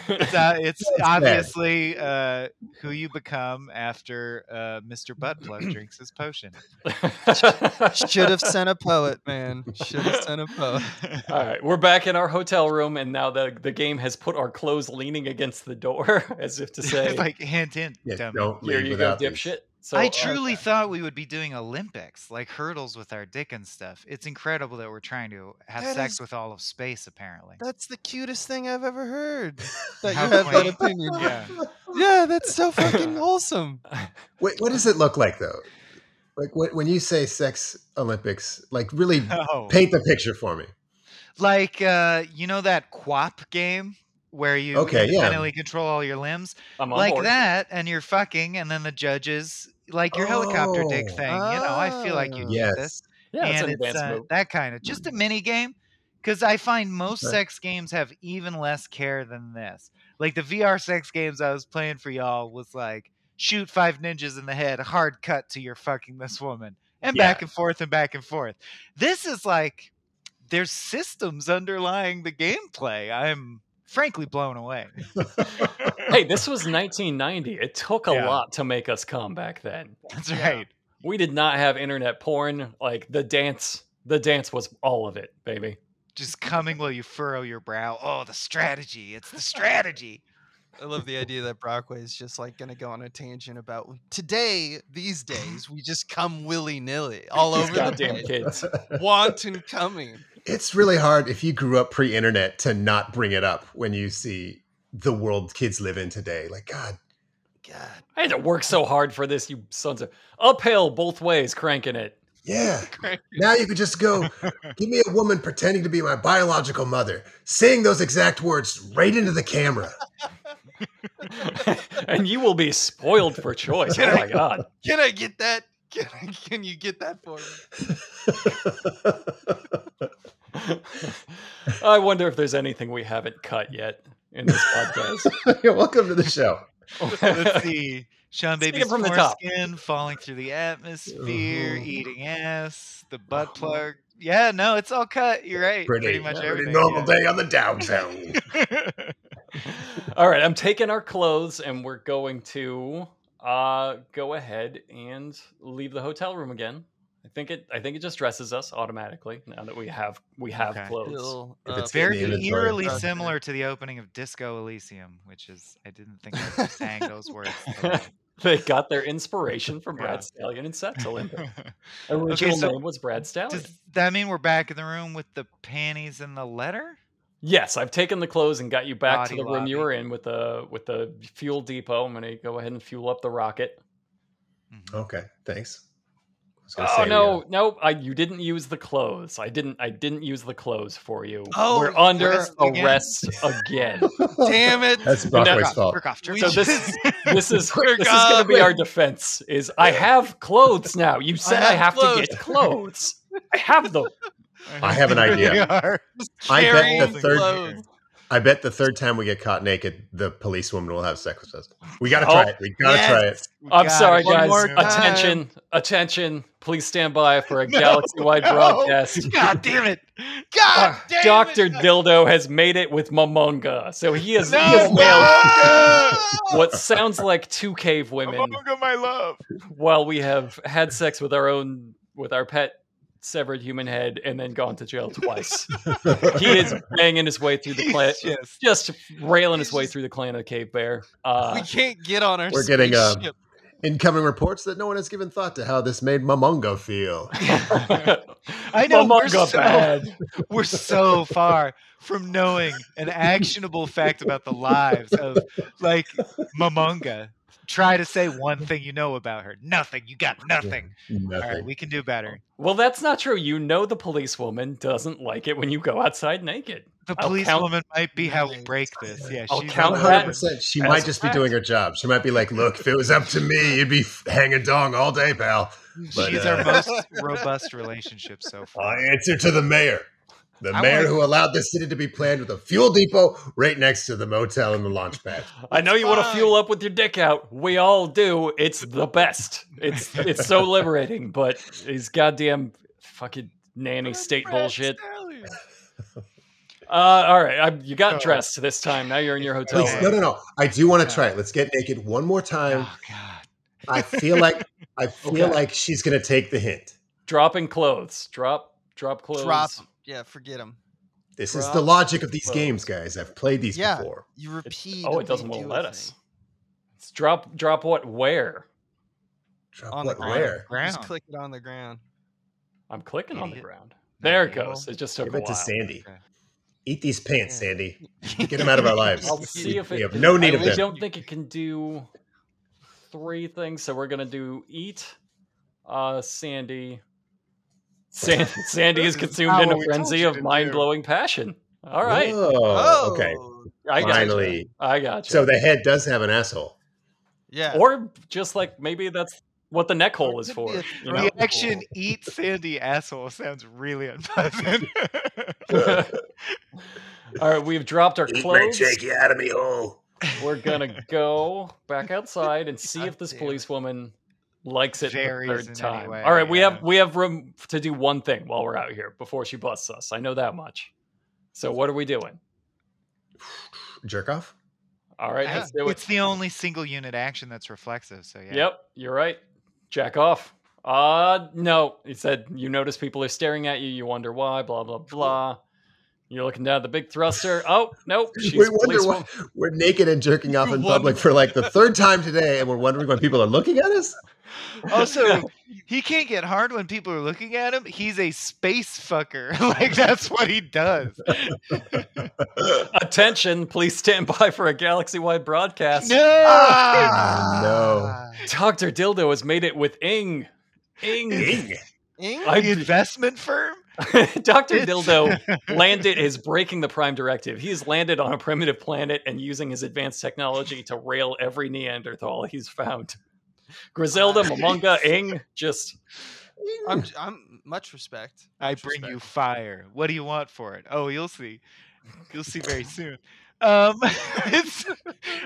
D: it's
C: That's bad.
D: obviously uh, who you become after uh, Mr. Butt Plug drinks his potion.
E: Should have sent a poet, man. Should have sent a poet.
B: All right, we're back in our hotel room, and now the the game has put our clothes leaning against the door, as if to say,
D: It's like hint, hint.
C: Yeah,
D: dummy.
C: don't
B: "Here
C: leave
B: you go,
C: without these.
B: dipshit." So
D: I
B: uh,
D: truly thought we would be doing Olympics, like hurdles with our dick and stuff. It's incredible that we're trying to have
E: That
D: sex
E: is-
D: with all of space, apparently.
E: That's the cutest thing I've ever heard. That
D: How
E: you have that
D: quaint.
E: opinion.
D: yeah.
E: Yeah, that's so fucking wholesome.
C: Wait, what does it look like though? Like wh- when you say sex Olympics, like really
D: Oh.
C: paint the picture for me.
D: Like uh, you know that quap game where you
C: Okay, yeah.
D: independently control all your limbs
B: I'm on
D: like
B: board.
D: that, and you're fucking, and then the judges like your helicopter dick
C: Oh.
D: thing. You know, I feel like you did
C: Yes.
D: this,
B: Yeah, it's an
D: and
B: advanced
D: uh,
B: move.
D: that kind of just a mini game. Because I find most
C: Okay.
D: sex games have even less care than this. Like the VR sex games I was playing for y'all was like shoot five ninjas in the head, hard cut to you're fucking this woman, and
B: Yeah.
D: back and forth and back and forth. This is like there's systems underlying the gameplay. I'm frankly blown away.
B: Hey, this was 1990. It took a
D: Yeah.
B: lot to make us come back then.
D: That's
E: Yeah.
D: right.
B: We did not have internet porn. Like the dance, the dance was all of it, baby.
D: just coming while you furrow your brow. Oh, the strategy. It's the strategy.
E: I love the idea that Brockway is just like gonna go on a tangent about today, these days, we just come willy nilly all
B: These
E: over the
B: goddamn
E: place.
B: kids.
E: Wanton coming.
C: It's really hard if you grew up pre-internet to not bring it up when you see the world kids live in today. Like, God,
E: God,
B: I had to work so hard for this, you sons of uphill both ways, cranking it.
C: yeah.
E: Craig.
C: Now you could just go give me a woman pretending to be my biological mother, saying those exact words right into the camera.
B: and you will be spoiled for choice. Oh my god.
E: Can I get that? Can, I, can you get that for me?
B: I wonder if there's anything we haven't cut yet in this podcast.
C: You're welcome to the show.
D: Let's see. Sean
B: Take it
D: Baby's
B: from the top. Uh-huh.
D: foreskin falling through the atmosphere,
C: Mhm.
D: eating ass, the butt plug. Yeah, no, it's all cut. You're right. Pretty, much everything.
C: normal
D: yeah.
C: day on the downtown.
B: All right, I'm taking our clothes and we're going to uh go ahead and leave the hotel room again. I think it I think it just dresses us automatically now that we have we have
D: Okay.
B: clothes.
E: Fill
C: If
E: up
C: it's
D: Very
C: Yeah, that's right.
D: eerily
E: Okay.
D: similar to the opening of Disco Elysium, which is I didn't think I was saying those words. the
B: They got their inspiration from
D: Yeah.
B: Brad Stallion and Sex Olympic.
D: right.
B: Original
D: so-
B: name was Brad Stallion.
D: Does that mean we're back in the room with the panties and the letter?
B: Yes, I've taken the clothes and got you back
D: Body
B: to the room you
D: lobby.
B: were in with the with the fuel depot. I'm gonna go ahead and fuel up the rocket.
D: Mhm.
C: okay, thanks. I was gonna
B: Oh
C: say,
B: no, no, I you didn't use the clothes. I didn't I didn't use the clothes for you.
E: Oh,
B: we're under
E: arrest again?
B: arrest again.
C: yeah.
E: Damn it.
C: That's
B: Brockway's
C: Brockway's fault.
D: Jerk off, jerk
E: We
B: so
D: off.
B: this this is
E: We're
B: this is gonna be
E: gone.
B: our defense is I have clothes now. You said I have,
E: have
B: to
E: clothes.
B: get clothes. I have them.
C: I have an
D: There
C: idea.
D: you are.
C: I bet
E: Carrying
C: the third-
E: clothes.
C: I bet the third time we get caught naked, the policewoman will have sex with us. We gotta
B: Oh.
C: try it. We gotta try it.
E: Yes.
D: We
B: I'm
D: got
B: sorry,
D: it. One
B: guys.
D: more
E: time.
B: Attention, attention. Please stand by for a
D: No,
B: galaxy-wide
D: no.
B: broadcast.
D: God damn it.
E: God
B: Ah,
E: damn
B: Dr.
E: it.
B: Dildo has made it with Mamonga. So he has, he
D: No,
B: has nailed
D: no!
B: what sounds like two cave women
D: Among my love.
B: while we have had sex with our own, with our pet severed human head and then gone to jail twice. he is banging his way through the clan,
D: He's just-
B: just railing
E: he's
B: his way
E: just-
B: through the clan of the cave bear. Uh,
E: We can't get on our
C: We're getting, uh,
E: spaceship.
C: Incoming reports that no one has given thought to how this made Mamunga feel.
D: I know, we're
B: Mamonga
D: so-
B: bad.
D: We're so far from knowing an actionable fact about the lives of, like, Mamunga. Try to say one thing you know about her. Nothing. You got nothing. All right,
C: Nothing.
D: we can do better.
B: Well, that's not true. You know the policewoman doesn't like it when you go outside naked.
D: The
B: I'll
D: police
B: count-
D: woman might be how we
E: Nice.
D: break this. Yeah,
B: I'll
D: she's
B: count
D: on
B: that.
C: 100%. She
B: As
C: might just be
B: fact.
C: doing her job. She might be like, look, if it was up to me, you'd be f- hanging dong all day, pal. But,
D: She's
C: uh,
D: our most robust relationship so far.
C: I answer to the mayor. The
D: I
C: mayor
D: wanna-
C: who allowed this city to be planned with a fuel depot right next to the motel and the launch pad.
B: I know you want to
E: fine.
B: fuel up with your dick out. We all do. It's the best. It's it's so liberating, but these goddamn fucking nanny state bullshit. Uh, all right, I, you got
D: Oh.
B: dressed this time. Now you're in your hotel.
C: Please,
D: Okay.
B: room.
C: no, no, no. I do want
D: Yeah.
C: to try it. Let's get naked one more time.
D: Oh God!
C: I feel like I feel
B: Okay.
C: like she's gonna take the hint.
B: Dropping clothes. Drop drop clothes.
E: Drop. Yeah, forget them.
C: This is
B: Drop
C: the logic of these
B: clothes.
C: games, guys. I've played these
E: Yeah.
C: before.
E: You repeat.
B: Oh,
E: and
B: it doesn't want
E: redo
B: to
E: a
B: let
E: thing.
B: us. It's drop drop what where?
C: Drop
E: On the
C: what
E: ground.
C: where?
D: Ground.
E: Just click it on the ground.
B: I'm clicking on the
D: Idiot.
B: ground. There it
D: Idiot.
B: goes. It just took
C: Give
B: a
C: it to
B: while.
C: Sandy.
D: Okay.
C: Eat these pants,
E: Yeah.
C: Sandy. Get them out of our lives.
B: I'll see if it.
C: we have no need
B: I
C: of
B: really
C: them.
B: don't think it can do three things, so we're gonna do eat. Uh, Sandy. San- Sandy is
E: This is
B: consumed
D: not
B: in
D: what
B: a
D: we told
B: frenzy
D: you
B: of
D: to do.
B: mind-blowing passion. All right. Oh,
C: Whoa, okay.
E: Oh,
B: I got you.
C: Finally.
B: I got you.
C: So the head does have an asshole.
E: Yeah.
B: or just like maybe that's what the neck hole
E: Or
B: is
E: could
B: for.
E: be a
B: You know?
D: The action eat Sandy asshole sounds really unpleasant.
B: All right, we've dropped our clothes.
C: you out of me hole.
B: We're gonna go back outside and see if this
D: Goddamn.
B: policewoman likes it the
D: Varies in
B: third
D: any
B: time.
D: way,
B: All right, we have
D: yeah.
B: we have room to do one thing while we're out here before she busts us. I know that much. So what are we doing?
C: Jerk off.
B: All right,
D: Yeah.
B: let's do
D: It's
B: it.
D: the only single unit action that's reflexive. So yeah.
B: Yep, you're right. Jack off. Uh no. He said you notice people are staring at you, you wonder why, blah blah blah. You're looking down at the big thruster. Oh, nope. She's
C: we wonder
B: policewoman.
C: why we're naked and jerking off in
B: Wonder-
C: public for like the third time today, and we're wondering why people are looking at us.
D: Also, he can't get hard when people are looking at him. He's a space fucker. like that's what he does.
B: Attention, please stand by for a galaxy-wide broadcast.
D: No.
C: Ah,
D: Ah!
C: No.
B: Dr. Dildo has made it with Ing. Ing.
E: Ing?
B: I-
D: The investment firm.
B: Dr.
D: It's-
B: Dildo landed is breaking the prime directive. He has landed on a primitive planet and using his advanced technology to rail every Neanderthal he's found. Griselda, Mamunga, Ing, just
E: I'm, j- I'm much respect.
D: I
E: Much
D: bring you
E: respect.
D: fire. What do you want for it? Oh, you'll see. You'll see very soon. Um, it's,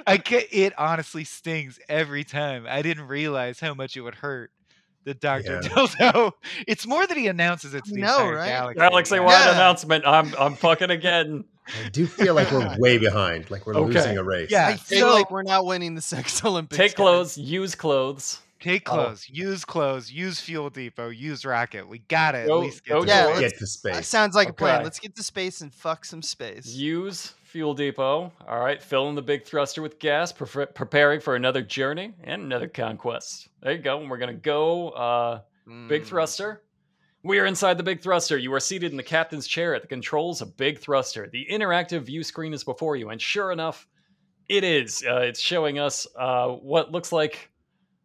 D: I get it. Honestly, stings every time. I didn't realize how much it would hurt. The doctor
C: Yeah.
D: dildo. It's more that he announces it's the
E: know,
D: entire
E: right?
D: galaxy.
B: galaxy
D: yeah.
B: wide
E: Yeah.
B: announcement. I'm I'm fucking again.
C: I do feel like we're way behind. Like we're
B: Okay.
C: losing a race.
D: Yeah.
E: I feel
D: so-
E: like we're not winning the sex Olympics.
B: Take
E: guys.
B: clothes, use clothes.
D: Take
B: Oh.
D: clothes. Use clothes. Use fuel depot. Use rocket. We gotta at
B: Go-
D: least get.
B: go
D: to
E: Yeah,
D: the
E: let's-
C: Get to
E: That
C: space.
E: sounds like a plan.
B: Okay.
E: Let's get to space and fuck some space.
B: Use fuel depot. All right, fill in the big thruster with gas, prefer- preparing for another journey and another conquest. There you go. And we're gonna go. Uh, big
E: Mm.
B: thruster. We are inside the big thruster. You are seated in the captain's chair at the controls of big thruster. The interactive view screen is before you, and sure enough, it is. Uh, it's showing us uh, what looks like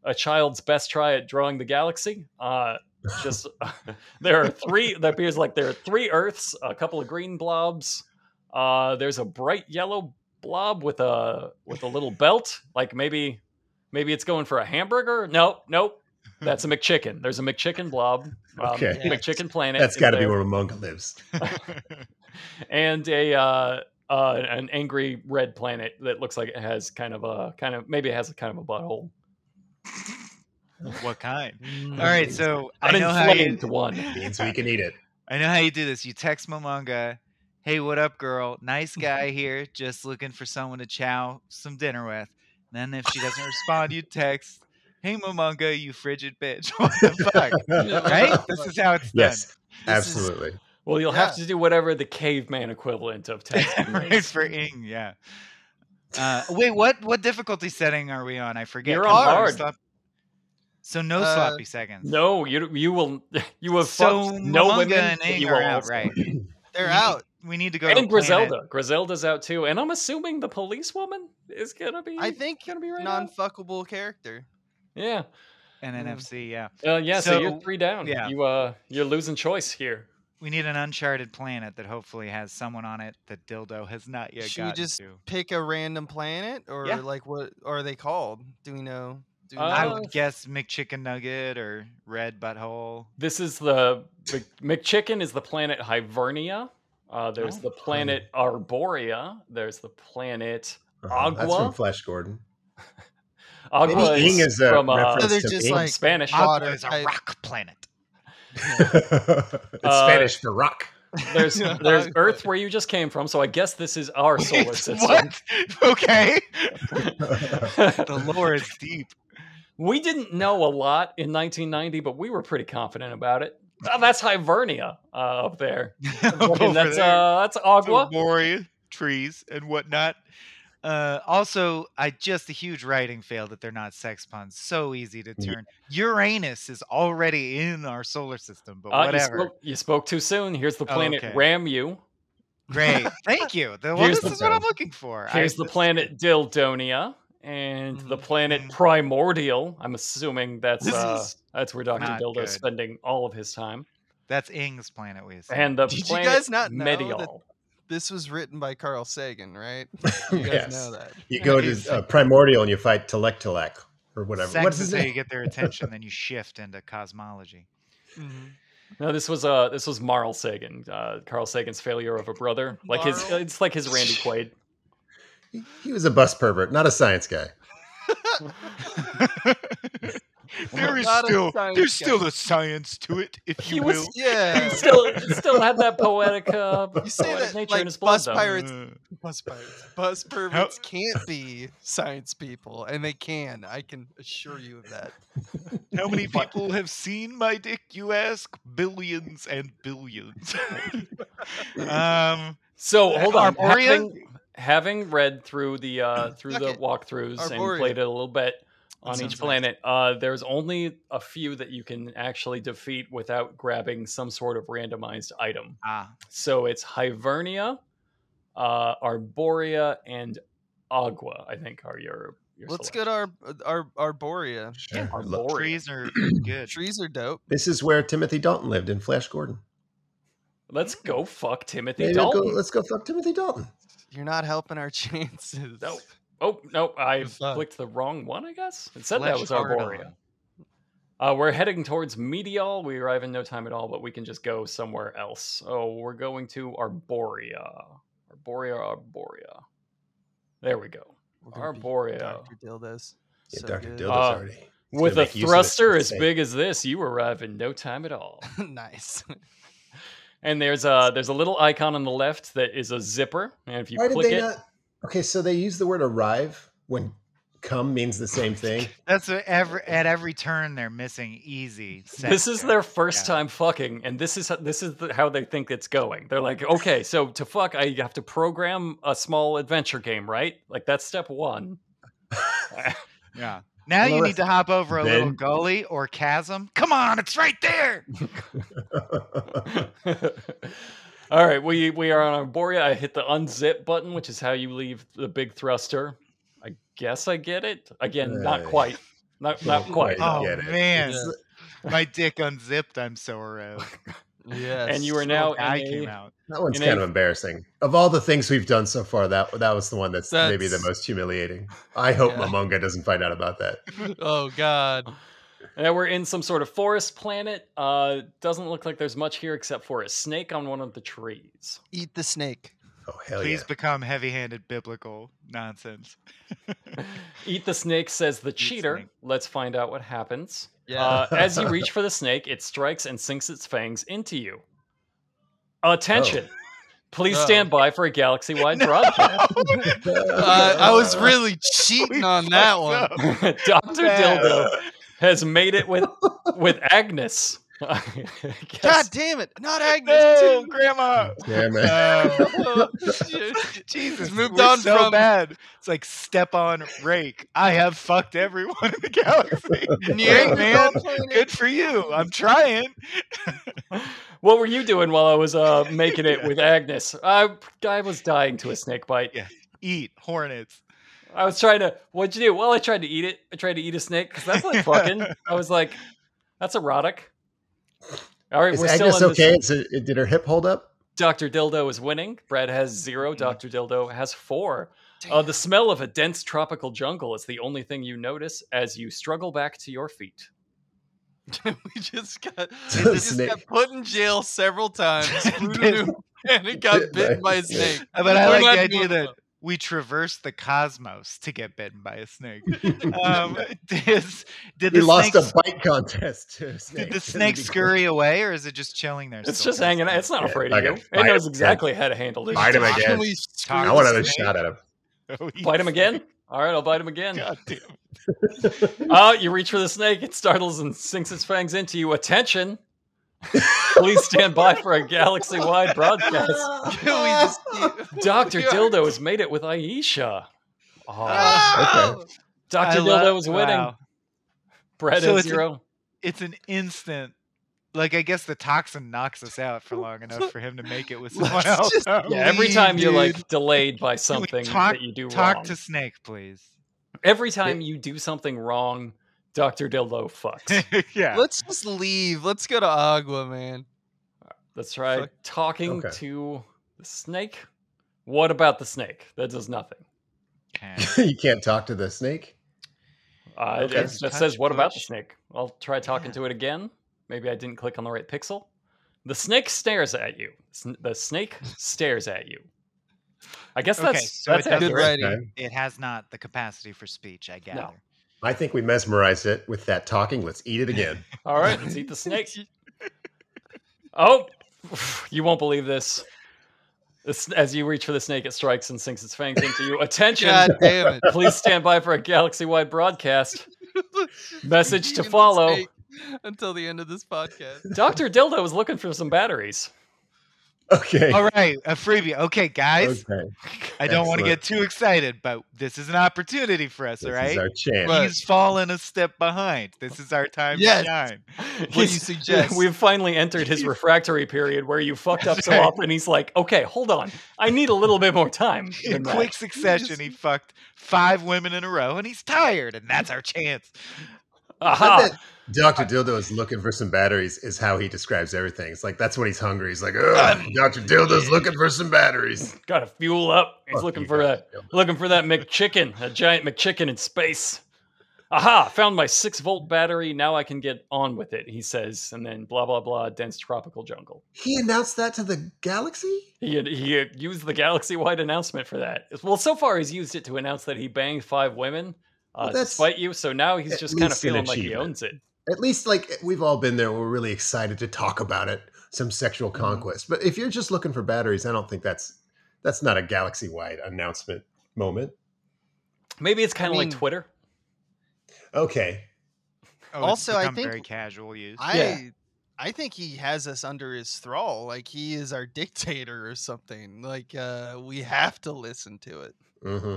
B: a child's best try at drawing the galaxy. Uh, just there are three. That appears like there are three Earths, a couple of green blobs. Uh, there's a bright yellow blob with a with a little belt, like maybe maybe it's going for a hamburger. Nope, nope. That's a McChicken. There's a McChicken blob. Um,
C: Okay.
B: McChicken planet.
C: That's
B: is
C: got to be
B: there
C: where Ramonga lives.
B: and a uh, uh, an angry red planet that looks like it has kind of a kind of maybe it has a kind of a butthole.
D: What kind? All right. So I know how you.
B: Uninflamed one.
C: Means we can eat it.
D: I know how you do this. You text Momonga, hey, what up, girl? Nice
B: Mm-hmm.
D: guy here, just looking for someone to chow some dinner with. then if she doesn't respond, you text, hey, Momonga, you frigid bitch. What the fuck? Right? This is how it's
C: yes,
E: This is-
C: absolutely.
B: Well, you'll have
E: Yeah.
B: to do whatever the caveman equivalent of
D: done.
B: texting
D: right
B: is.
D: for Ing, yeah. Uh, wait, what what difficulty setting are we on? I forget.
B: You're
D: Can
B: on
D: you
B: hard.
D: stop- So no
E: Uh,
D: sloppy seconds.
B: No, you you will you have
D: So
B: fucked no
D: Momonga
B: women.
D: and
B: but
D: Ing
B: you
D: are
B: will
D: out,
B: also-
D: right?
E: They're
D: We-
E: out.
D: We need to go. to
B: And
D: a planet.
B: Griselda. Griselda's out too. And I'm assuming the policewoman is gonna be.
E: I think
B: gonna be right.
E: non
B: out?
E: fuckable character.
B: Yeah.
D: and
B: Mm.
D: NFC. Yeah,
B: Uh, yeah. So, you're
D: So-
B: three down.
D: yeah.
B: You uh you're losing choice here.
D: we need an uncharted planet that hopefully has someone on it that dildo has not yet
E: Should we
D: gotten
E: just
D: to.
E: Pick a random planet or
D: Yeah.
E: like what are they called? Do we know? Do we
B: Uh,
D: I
E: know?
D: would guess McChicken Nugget or Red Butthole.
B: This is the Mc- McChicken is the planet Hivernia. Uh, there's
D: Oh.
B: the planet Arborea. There's the planet
C: Uh-huh. That's
B: Agua?
C: from Flash Gordon.
B: Agua
C: Maybe Ing
B: is
C: is a
B: from uh,
C: reference
E: So they're
C: to
E: just
C: Ing.
E: like-
B: Spanish.
E: Agua
D: Aqua is a
E: type-
D: rock planet.
C: it's
B: Uh,
C: Spanish for rock.
B: There's
E: Yeah.
B: there's Earth where you just came from, so I guess this is our solar
D: Wait,
B: system.
D: What? Okay. the lore is deep.
B: we didn't know a lot in 1990, but we were pretty confident about it. Oh, that's Hivernia uh, up there.
D: Over
B: And that's
D: there.
B: uh, that's
D: the
B: Agua.
D: warrior trees and whatnot. Uh, also, I just a huge writing fail that they're not sex puns. So easy to
C: Yeah.
D: turn. Uranus is already in our solar system, but
B: Uh, you,
D: whatever.
B: spoke, you spoke too soon. Here's the
D: Oh,
B: planet
D: okay.
B: Ramu.
D: Great, thank you. The, well,
B: Here's
D: this
B: the
D: is what I'm
C: zone.
D: looking for. I-
B: Here's the
D: this-
B: planet Dildonia and the
E: Mhm.
B: planet
D: Mhm.
B: Primordial. I'm assuming that's
D: This
B: uh,
D: is
B: that's where Doctor
D: not
B: Dildo's
D: good.
B: spending all of his time.
D: That's Ing's planet. We assume.
B: And the
E: Did you
B: planet
E: guys not know that-
B: Medial.
E: this was written by Carl Sagan, right?
B: Oh,
E: You guys
C: yes.
E: know that.
C: You go to uh, Primordial and you fight Telektelek or whatever.
D: Sex
C: What's
D: is
C: his
D: how you
C: name?
D: get their attention, then you shift into cosmology.
E: Mm-hmm.
B: No, this was uh this was Marl Sagan, uh, Carl Sagan's failure of a brother. Like his,
E: Marl?
B: it's like his Randy Quaid.
C: He, he was a bus pervert, not a science guy.
D: There is
E: Not a
D: still
E: science
D: there's
E: guy.
D: still a science to it, if
B: He
D: you
B: was-
D: will.
E: Yeah.
B: Still, still had that poetic. Uh,
E: You say
B: poetic
E: that
B: nature in his
E: like
B: blood,
E: bus
B: though.
E: pirates,
D: Uh,
E: bus pirates, bus perverts can't be science people, and they can. I can assure you of that.
D: How many people have seen my dick, you ask? Billions and billions. um,
B: So hold on,
D: Arborea?
B: having, having read through the uh, through the
E: Okay.
B: walkthroughs
E: Arborea.
B: and played it a little bit on
E: sounds
B: each
E: nice.
B: planet, uh, there's only a few that you can actually defeat without grabbing some sort of randomized item.
D: ah,
B: So it's Hivernia, uh, Arborea, and Agua. I think are your. your
E: Let's go
B: selections.
E: to our uh, our arborea.
C: Sure.
B: Arborea.
D: trees are good.
E: Trees are dope.
C: This is where Timothy Dalton lived in Flash Gordon.
B: Let's go fuck Timothy
C: Maybe I'll go-
B: Dalton.
C: let's go fuck Timothy Dalton.
E: You're not helping our chances.
B: No. Oh no, I
E: What's that?
B: clicked the wrong one. I guess it said
D: Flesh
B: that was
D: hard
B: Arborea. Uh, we're heading towards Medial. We arrive in no time at all, but we can just go somewhere else. Oh, we're going to Arborea. Arborea, Arborea. There we go.
E: We're gonna be
B: Arborea.
E: Dr. Dildos.
C: Yeah,
E: So
C: Dr.
E: good.
C: Dildo's
B: Uh,
C: already. he's gonna
B: With a
C: make use of this
B: thruster
C: for
B: as
C: sake.
B: big as this, you arrive in no time at all.
E: nice.
B: And there's a there's a little icon on the left that is a zipper, and if you
C: Why did
B: click
C: they
B: it,
C: not? Okay, so they use the word arrive when come means the same thing.
D: That's what every at every turn they're missing easy. sex
B: this is their
D: jokes.
B: first
D: Yeah.
B: time fucking and this is this is the, how they think it's going they're like okay so to fuck i have to program a small adventure game right like that's step one
D: Yeah. Now you
C: Well,
D: need to hop over a little
C: then-
D: gully or chasm. Come on, it's right there.
B: all right we we are on arborea i hit the unzip button which is how you leave the big thruster i guess i get it again not
C: Uh,
B: quite not not
C: don't
B: quite
C: quite.
D: Oh
C: get it.
D: man,
E: It's-
D: my dick unzipped. I'm so aroused.
E: Yes.
B: and you are now
D: Little
B: in
D: guy
B: a-
D: came out.
C: That one's
B: You know,
C: kind
B: you-
C: of embarrassing. Of all the things we've done so far, that that was the one that's, maybe the
E: That's-
C: most humiliating. I hope
E: Yeah.
C: Mamonga doesn't find out about that.
E: Oh God.
B: And now we're in some sort of forest planet uh doesn't look like there's much here except for a snake on one of the trees
E: Eat the snake.
C: Oh hell
D: Please become heavy-handed biblical nonsense.
B: Eat the snake says the cheater.
D: snake.
B: Let's find out what happens.
E: Yeah.
B: Uh, as you reach for the snake, it strikes and sinks its fangs into you. Attention! Please
E: Oh.
B: stand by for a galaxy-wide broadcast.
C: yeah!
E: Uh, I was really cheating on that one.
D: Fucked up.
B: Doctor Dildo has made it with with Agnes. I guess-
E: God damn it! Not Agnes.
D: No,
E: too.
D: grandma.
C: Damn it.
D: Uh, No.
E: Oh, shit.
D: Jesus,
E: Moved
D: we're
E: on
D: so
E: from-
D: bad. It's like step on rake. I have fucked everyone in the galaxy.
E: Near
D: Great,
E: the
D: man.
E: goal pointer.
D: Good for you. I'm trying.
B: What were you doing while I was uh, making it with Agnes? I I was dying to a snake bite.
D: Yeah. Eat hornets.
B: I was trying to. What'd you do? Well, I tried to eat it. I tried to eat a snake because that's like fucking. I was like, that's erotic. All right,
C: Is
B: we're
C: Agnes
B: still on
C: okay?
B: this.
C: Is it, did her hip hold up?
B: Doctor Dildo is winning. Brad has
C: Mm.
B: 0 Doctor Dildo has four. Uh, the smell of a dense tropical jungle is the only thing you notice as you struggle back to your feet.
E: we just got,
C: The
E: we just got
C: snake.
E: put in jail several times, rooted
D: Bit-
E: in- and it got
C: bit by
E: bitten by
C: a
E: a snake.
D: Uh, But I
E: We're
D: like
E: not
D: the
E: doing
D: idea that
E: well.
D: we traverse the cosmos to get bitten by a snake. Um, does- did
C: We
D: the
C: lost
D: snake,
C: a bite contest. To a snake.
D: did the snake scurry away, or is it just chilling there?
B: It's
D: still?
B: just hanging out. It's not
C: Yeah,
B: afraid
C: like
B: of
C: a
B: you. It
C: bite
B: knows
C: of-
B: exactly how to handle this.
C: Bite him
B: shit.
C: again.
E: Can we screw
C: I want
E: the
C: another
E: snake?
C: shot at him.
D: Oh, eat
B: Bite him
D: snake.
B: again. All right, I'll bite him again.
D: God damn.
B: Oh, you reach for the snake. It startles and sinks its fangs into you. Attention! Please stand by for a galaxy-wide broadcast.
E: Can we just eat-
B: Doctor
E: Yeah.
B: Dildo has made it with Aisha. Oh,
E: No!
D: Ah, I
B: Doctor
D: love-
B: Dildo is winning.
D: wow.
B: Brett
D: So
B: is
D: it's a-
B: zero.
D: It's an instant. Like I guess the toxin knocks us out for long enough for him to make it with someone
E: Let's
D: else.
E: just
D: huh?
E: a
B: yeah, every
E: lead,
B: time you're
E: dude.
B: like delayed by something
D: talk-
B: that you do
D: Talk
B: wrong.
D: to Snake, please.
B: Every time you do something wrong, Doctor Dildo fucks.
D: yeah.
E: Let's just leave. Let's go to Agua, man.
B: Let's try
E: Fuck.
B: talking
C: Okay.
B: to the snake. What about the snake? That does nothing.
D: Okay.
C: you can't talk to the snake.
B: Uh,
C: Okay.
B: It just says,
D: Touch,
B: What about the
D: push.
B: snake? I'll try talking
D: Yeah.
B: to it again. Maybe I didn't click on the right pixel. The snake stares at you. Sn- The snake stares at you. I guess
D: Okay,
B: that's,
D: so
B: that's
D: it does-
E: Good
B: accurate.
E: writing.
C: Okay.
D: It has not the capacity for speech, I gather.
C: I think we mesmerized it with that talking. Let's eat it again.
B: All right, let's eat the snake. Oh, you won't believe this. This- As you reach for the snake, it strikes and sinks its fangs into you. Attention!
E: God damn it.
B: Please stand by for a galaxy wide broadcast. Message to
E: Eating the
B: follow.
E: steak Until the end of this podcast.
B: Dr. Dildo is looking for some batteries.
C: Okay.
D: All right, a freebie. Okay, guys,
C: Okay.
D: I don't want to get too excited, but this is an opportunity for us, all
C: This
D: right?
C: is our chance.
E: What?
D: He's fallen a step behind. This is our time
E: Yes.
D: to shine.
E: What do you suggest?
B: We've finally entered his refractory period where you fucked up so
D: Right.
B: often. He's like, okay, hold on. I need a little bit more time.
D: In
B: than that."
D: quick succession, he fucked five women in a row, and he's tired, and that's our chance.
B: Aha.
C: Dr. Dildo is looking for some batteries, is how he describes everything. It's like that's when he's hungry. He's like, Ugh, Dr. Dildo's looking for some batteries.
B: Gotta fuel up. He's
C: Fuck
B: looking
C: you,
B: for a
C: Dr. Dildo.
B: looking for that McChicken, a giant McChicken in space. Aha, found my six volt battery. Now I can get on with it, he says, and then blah blah blah, dense tropical jungle.
C: He announced that to the galaxy?
B: He had, he had used the galaxy wide announcement for that. Well, so far he's used it to announce that he banged five women
C: Well,
B: uh,
C: that's
B: despite you. So now he's
C: at
B: just kind of
C: least an
B: feeling like he
C: achievement.
B: owns it.
C: At least like eh, we've all been there. We're really excited to talk about it, some sexual conquest. But if you're just looking for batteries, I don't think that's that's not a galaxy wide announcement moment.
B: Maybe it's kind of
E: mean-
B: like Twitter.
C: Okay.
D: Oh, it's
E: Also, I
D: become
E: think-
D: very casual use.
E: I
B: Yeah.
E: I think he has us under his thrall, like he is our dictator or something. Like uh we have to listen to it.
C: hmm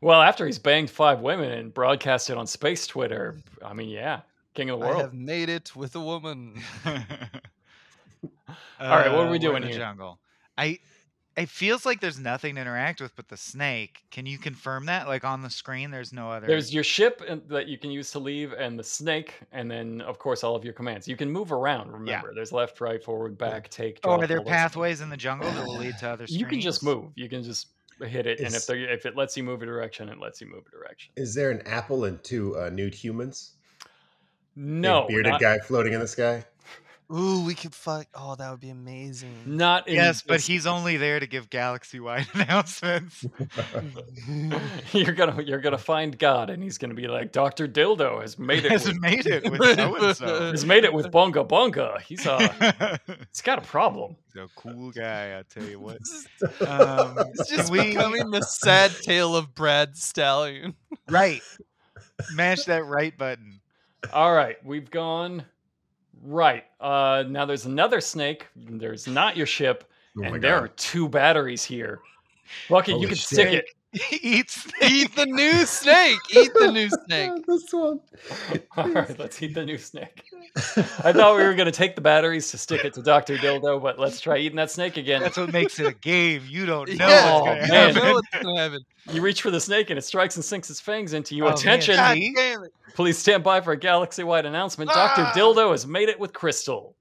B: Well, after he's banged five women and broadcast it on space Twitter, I mean, yeah, king of the
E: I
B: world.
E: have made it with a woman.
B: All right, what are we
D: Uh, we're in
B: doing
D: the
B: here?
D: Jungle. I. It feels like there's nothing to interact with but the snake. Can you confirm that? Like on the screen, there's no other.
B: There's your ship and- that you can use to leave, and the snake, and then of course all of your commands. You can move around. Remember, there's left, right, forward, back, take.
D: or
B: drop,
D: are Oh, there
B: all those things.
D: pathways in the jungle that will lead to other screens?
B: You can just move. You can just hit it, and if
C: It's-
B: there, if it lets you move a direction, it lets you move a direction.
C: Is there an apple and two uh, nude humans? Big
B: No,
C: bearded
B: not,
C: guy floating in the sky?
E: Ooh, we could fuck. Oh, that would be amazing.
B: not in
D: Yes, but
B: this-
D: he's only there to give galaxy-wide announcements.
B: you're gonna you're gonna find God, and he's gonna be like, Doctor Dildo has made it.
D: Has
B: with,
D: made it with so and so.
B: has made it with Bunga Bunga. He's uh, he's got a problem.
D: a cool guy, I tell you what. Um,
C: um,
E: It's just
D: we-
E: becoming the sad tale of Brad Stallion.
D: right, mash that right button.
B: All right, we've gone right. Uh, now there's another snake. There's not your ship,
C: Oh
B: and there are two batteries here. Bucket,
C: Holy
B: you can
C: shit.
B: stick it.
D: Eat snake.
E: Eat the new snake. Eat the new snake.
C: this one.
B: All right, let's eat the new snake. I thought we were going to take the batteries to stick it to Dr. Dildo, but let's try eating that snake again.
D: That's what makes it a game. You don't know
E: Yeah,
B: Oh,
D: what's
E: you
D: going to
B: man.
E: know
D: happen.
E: what's gonna happen.
B: You reach for the snake and it strikes and sinks its fangs into you.
D: Oh, man.
B: Attention!
E: God
D: See?
E: damn it.
B: Please stand by for a galaxy wide announcement.
E: Ah!
B: Dr. Dildo has made it with Crystal.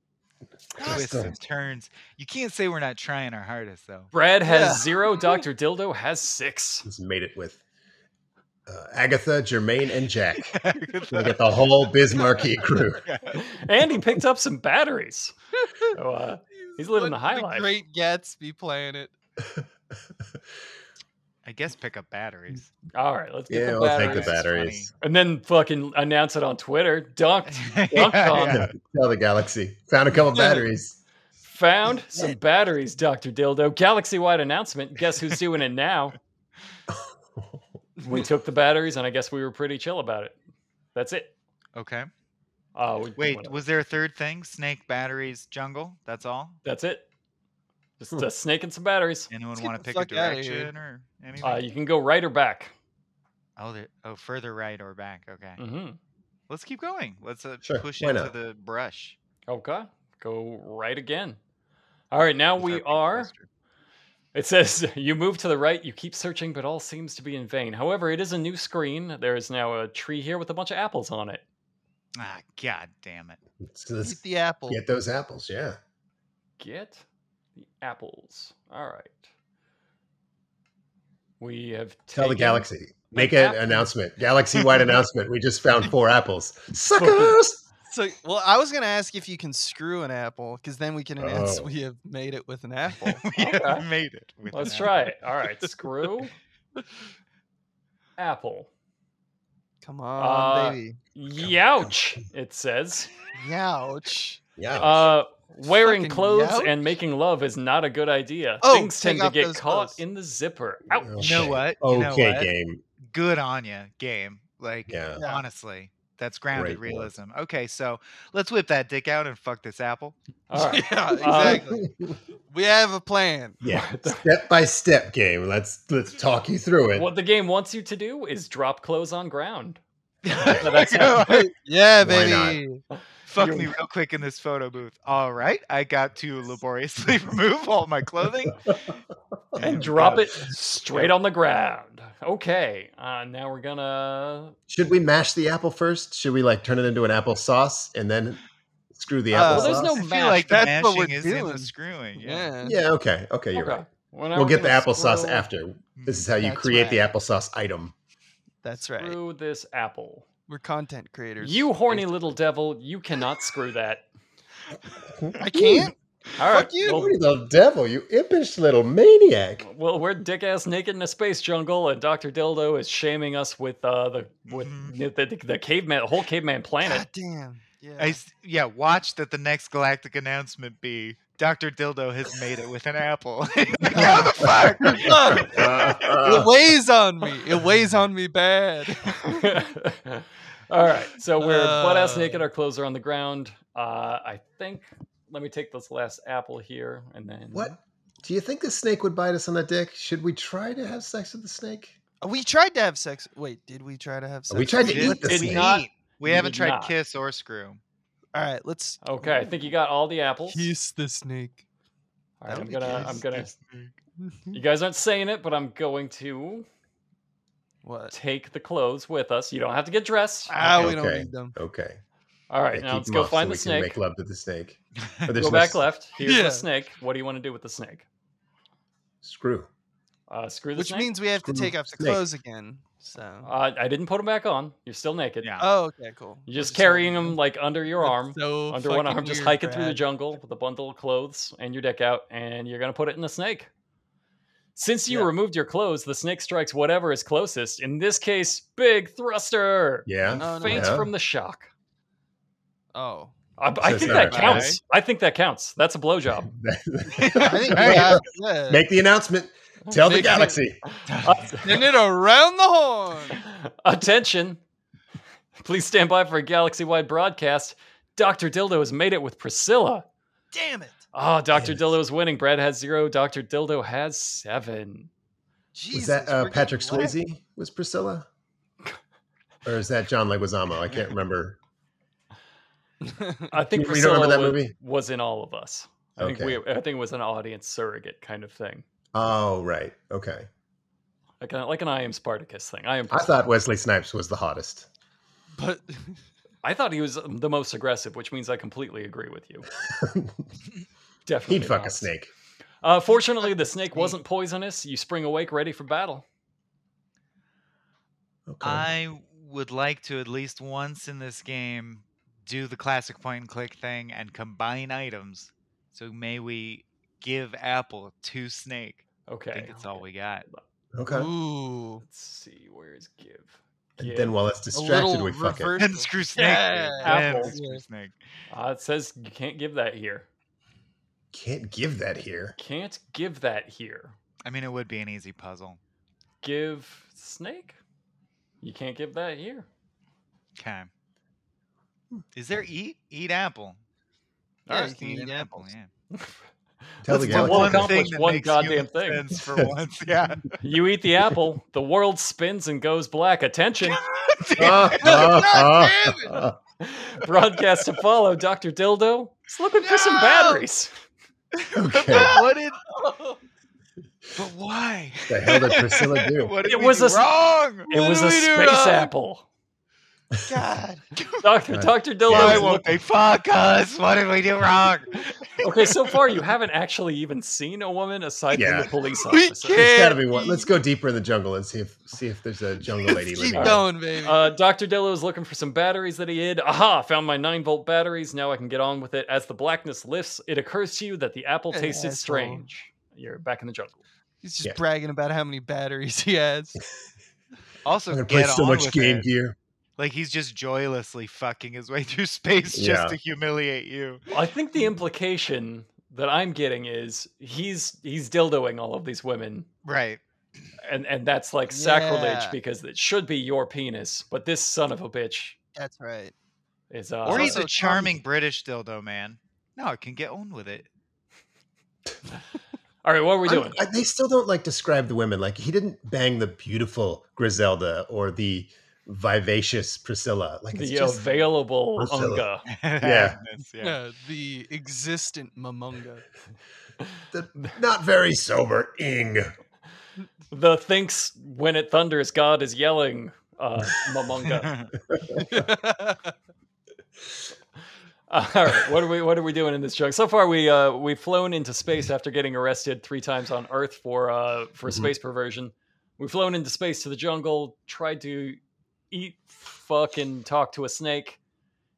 D: Twists
C: Awesome.
D: and turns. You can't say we're not trying our hardest, though.
B: Brad has
E: Yeah.
B: zero, Dr. Dildo has six.
C: Just made it with uh, Agatha, Jermaine, and Jack. We get the whole Bismarcky crew.
B: And he picked up some batteries. So, uh, He's living the
E: on
B: high life.
E: Great Gatsby planet.
D: I guess pick up batteries.
B: all right, let's get
C: Yeah,
B: the
C: we'll take the
B: batteries.
C: batteries.
B: And then fucking announce it on Twitter. Dunked.
D: Yeah,
B: Dunk
D: yeah.
C: Tell the galaxy. Found a couple batteries.
B: Found some batteries, Dr. Dildo. Galaxy wide announcement. Guess who's doing it now? We took the batteries, and I guess we were pretty chill about it. That's it.
D: Okay.
B: Uh, we,
D: Wait,
B: whatever.
D: was there a third thing? Snake, batteries, jungle? That's all?
B: that's it. Just uh, snake and some batteries.
D: Anyone
E: get
D: want
E: the
D: to pick a
E: fuck outta here.
D: direction or anything?
B: Uh, you can go right or back.
D: oh, there, oh, further right or back. Okay.
B: hmm
D: Let's keep going. Let's uh,
C: Sure,
D: push
C: why
D: into
C: not?
D: the brush.
B: Okay, go right again. All right, now
D: with our
B: we
D: big
B: are.
D: cluster.
B: It says you move to the right, you keep searching, but all seems to be in vain. However, it is a new screen. There is now a tree here with a bunch of apples on it.
D: Ah, god damn it.
C: So let's
E: Eat the apple.
C: get those apples. Yeah.
B: Get the apples. All right. We have
C: Tell the
B: taken-
C: galaxy. Make an
E: Apple.
C: announcement. Galaxy wide announcement. We just found four apples. Suckers.
E: So, well, I was gonna ask if you can screw an apple, because then we can announce
C: Oh.
E: we have made it with an apple.
D: we
B: Okay.
D: made it. with
B: Let's
D: an
B: try it. All right, screw apple.
E: Come on,
B: Uh,
E: baby.
B: Youch! It says.
E: Youch.
C: Yeah.
B: Uh, wearing
E: Fucking
B: clothes
E: youch.
B: and making love is not a good idea.
E: Oh,
B: Things tend
E: take
B: to
E: off
B: get
E: those
B: caught
E: clothes.
B: in the zipper.
C: Yeah.
B: Ouch!
D: apple. You know what? You know
C: Oh, okay,
D: what?
C: game.
D: Good on you, game. Like
C: Yeah.
E: Yeah.
D: honestly, that's
C: Great
D: grounded
C: work.
D: realism. Okay, so let's whip that dick out and fuck this apple.
B: All right. Uh,
E: Yeah, exactly. we have a plan.
C: Yeah. step by step game. Let's let's talk you through it.
B: What the game wants you to do is drop clothes on ground.
D: Let's go.
E: Yeah,
C: Why not?
E: baby. Uh,
D: Fuck
B: You're-
D: me real quick in this photo booth. All right, I got to laboriously remove all my clothing uh,
B: and drop it straight on the ground. Okay, uh, now we're gonna.
C: Should we mash the apple first? Should we like turn it into an apple sauce and then screw the
E: Uh,
C: apple
E: Well,
B: there's
C: sauce?
B: no
D: I
B: mash,
D: feel like the
E: that's what
D: mashing
E: we're
D: is in
E: doing.
D: the screwing. Yeah.
E: Yeah.
C: Yeah, okay. Okay, you're
B: okay.
C: right.
B: Well, now
C: We'll
B: we're
C: get the
B: gonna
C: applesauce
B: screw-
C: after.
D: Mm-hmm.
C: This is how you
E: That's
C: create the
E: right.
C: applesauce item.
E: That's right.
B: Screw this apple.
E: We're content creators.
B: You horny little devil, you cannot screw that.
E: I can't.
B: All right.
E: Fuck you.
B: Well,
C: You little devil, you impish little maniac.
B: well, we're dick ass naked in a space jungle, and Doctor Dildo is shaming us with uh, the with
D: Mhm.
B: the, the, the caveman, the whole caveman planet.
E: God damn. Yeah.
D: I s- yeah, watch that the next galactic announcement be Dr. Dildo has made it with an apple. Like, How the fuck?
E: Look,
C: Uh.
E: it weighs on me. It weighs on me bad.
B: All right, so we're butt ass
E: Uh.
B: naked. Our clothes are on the ground. Uh, I think. Let me take this last apple here, and then
C: What? Mm-hmm. Do you think the snake would bite us on the dick? Should we try to have sex with the snake?
E: We tried to have sex. Wait, did we try to have sex?
C: We tried
E: with
C: to
E: it?
C: eat the
B: It's
C: snake.
B: not-
D: we
B: You
D: haven't
B: did
D: tried
B: not.
D: kiss or screw.
E: All right, let's
B: Okay, I think you got all the apples.
E: kiss the snake.
B: All right,
E: That
B: I'm
E: would
B: gonna,
E: kiss
B: I'm
E: the
B: gonna.
E: snake.
B: You guys aren't saying it, but I'm going to
E: what?
B: take the clothes with us. You don't have to get dressed.
E: Ah, we
C: Okay.
E: don't need them.
C: Okay.
B: All right,
C: Yeah,
B: now
C: keep
B: let's
C: them
B: go
C: off so
B: find
C: we
B: the
C: can
B: snake.
C: Make love to the snake. But there's
B: Go
C: no
B: back
C: s-
B: left. Here's
E: Yeah.
B: the snake. What do you want to do with the snake?
C: Screw.
B: Uh, screw the
E: Which
B: snake.
E: means we have to
C: Screw
E: take off the
C: snake.
E: clothes again. So.
B: uh, I didn't put him back on. You're still naked.
D: Yeah.
E: oh, okay, cool.
B: You're
E: We're
B: just carrying
E: holding
B: him like under your
E: That's
B: arm,
E: so
B: under one
E: fucking
B: arm, just
E: weird,
B: hiking through the
E: Brad.
B: jungle with a bundle of clothes and your dick out, and you're gonna put it in the snake. Since you
E: Yeah.
B: removed your clothes, the snake strikes whatever is closest. In this case, big thruster.
C: Yeah.
E: Oh, No, no,
B: faints
C: no.
B: from the shock.
E: Oh.
B: I,
C: So
B: I
C: it's
B: think
C: not
B: that
C: a bad
B: counts. I think that counts. That's a blowjob.
E: I think
D: Right.
E: yeah, yeah.
C: Make the announcement.
B: Oh,
C: Tell the
E: Make it-
C: galaxy.
B: Uh,
E: Send it around the horn.
B: Attention! Please stand by for a galaxy-wide broadcast. Doctor Dildo has made it with Priscilla.
E: Damn it.
B: Oh, Doctor
C: Yes.
B: Dildo is winning. Brad has zero. Doctor Dildo has seven.
E: Jesus,
C: Was that uh,
E: we're
C: Patrick
E: getting wet.
C: Swayze? Was Priscilla? Or is that John Leguizamo? I can't remember.
B: I think
C: You- you don't remember
B: Priscilla
C: that
B: wa-
C: movie?
B: was in all of us. I
C: Okay.
B: think we. I think it was an audience surrogate kind of thing,
C: Oh, right. Okay.
B: like an, like an I am Spartacus thing. I am.
C: I thought Wesley Snipes was the hottest.
E: But
B: I thought he was the most aggressive, which means I completely agree with you. Definitely,
C: He'd fuck a
B: not.
C: snake.
B: Uh, fortunately, the snake wasn't poisonous. You spring awake, ready for battle.
C: Okay.
D: I would like to at least once in this game do the classic point and click thing and combine items. So may we give apple to snake. I
B: Okay.
D: think it's all we got.
C: okay.
E: ooh,
B: Let's see. Where's give?
C: And
B: give.
C: then while it's
E: a
C: distracted,
E: little
C: we fuck it.
E: reverse.
D: And screw snake.
E: Yeah.
D: dude.
B: Apple.
D: And screw
E: Yeah.
D: snake.
B: uh, it says you can't give that here.
C: Can't give that here.
B: Can't give that here.
D: I mean, it would be an easy puzzle.
B: Give snake. You can't give that here.
D: Okay. Is there eat? Eat apple.
E: Yeah,
D: Alright,
E: you can eat apples.
D: Yeah.
B: That's
C: Tell the
B: the
C: galaxy.
B: one
C: Come-
B: accomplish one goddamn
D: human
B: thing.
D: sense for once. Yeah.
B: You eat the apple. the world spins and goes black. Attention.
C: Ah, ah,
E: damn
C: ah,
B: Broadcast to follow. Dr. Dildo is looking for some
E: No!
B: batteries.
C: ah. Okay.
E: what did?
D: But why?
C: The hell did Priscilla do?
E: What did
B: It
E: we
B: was
E: do
B: a s-
E: wrong?
B: It
E: What
B: was
E: did
B: a
E: we do
B: space
E: wrong?
B: apple.
E: God.
B: Doctor
C: Right.
B: Doctor Dildo.
D: Why
B: is
D: won't they fuck us? What did we do wrong?
B: look- okay, so far you haven't actually even seen a woman aside from
C: Yeah.
B: the police
E: We
B: officer.
E: can't-
C: There's got to be one. Let's go deeper in the jungle and see if see if there's a jungle lady
E: Keep
C: living.
B: Alright.
E: going, baby.
B: Uh, Dr. Dillo is looking for some batteries that he hid. Aha, found my 9 volt batteries. Now I can get on with it. As the blackness lifts, it occurs to you that the apple
E: An
B: tasted
E: asshole.
B: strange. You're back in the jungle.
E: He's just
C: yeah.
E: bragging about how many batteries he has.
D: Also,
C: I'm gonna play
D: get
C: so
D: on
C: much
D: with
C: Game
D: it.
C: Gear.
D: Like he's just joylessly fucking his way through space
C: Yeah.
D: just to humiliate you.
B: I think the implication that I'm getting is he's he's dildoing all of these women.
D: Right.
B: And and that's like sacrilege
E: Yeah.
B: because it should be your penis, but this son of a bitch
E: That's right.
B: is uh
D: Or he's
E: also
D: a
E: Tommy-
D: charming British dildo man. No, I can get on with it.
B: All right, what are we
C: I'm-
B: doing?
C: I- they still don't like describe the women. Like he didn't bang the beautiful Griselda or the vivacious Priscilla. Like it's
B: the uh,
C: just
B: available
C: Priscilla.
B: unga.
D: Agnes, yeah.
E: Uh, the existent Mamunga.
C: the not very sober Ing.
B: The thinks when it thunders, God is yelling, uh, Mamunga. All right, what are we what are we doing in this junk? So far, we uh, we've flown into space after getting arrested three times on Earth for uh, for
C: Mhm.
E: Mm-hmm.
B: space perversion. We've flown into space to the jungle, tried to eat, fucking talk to a snake,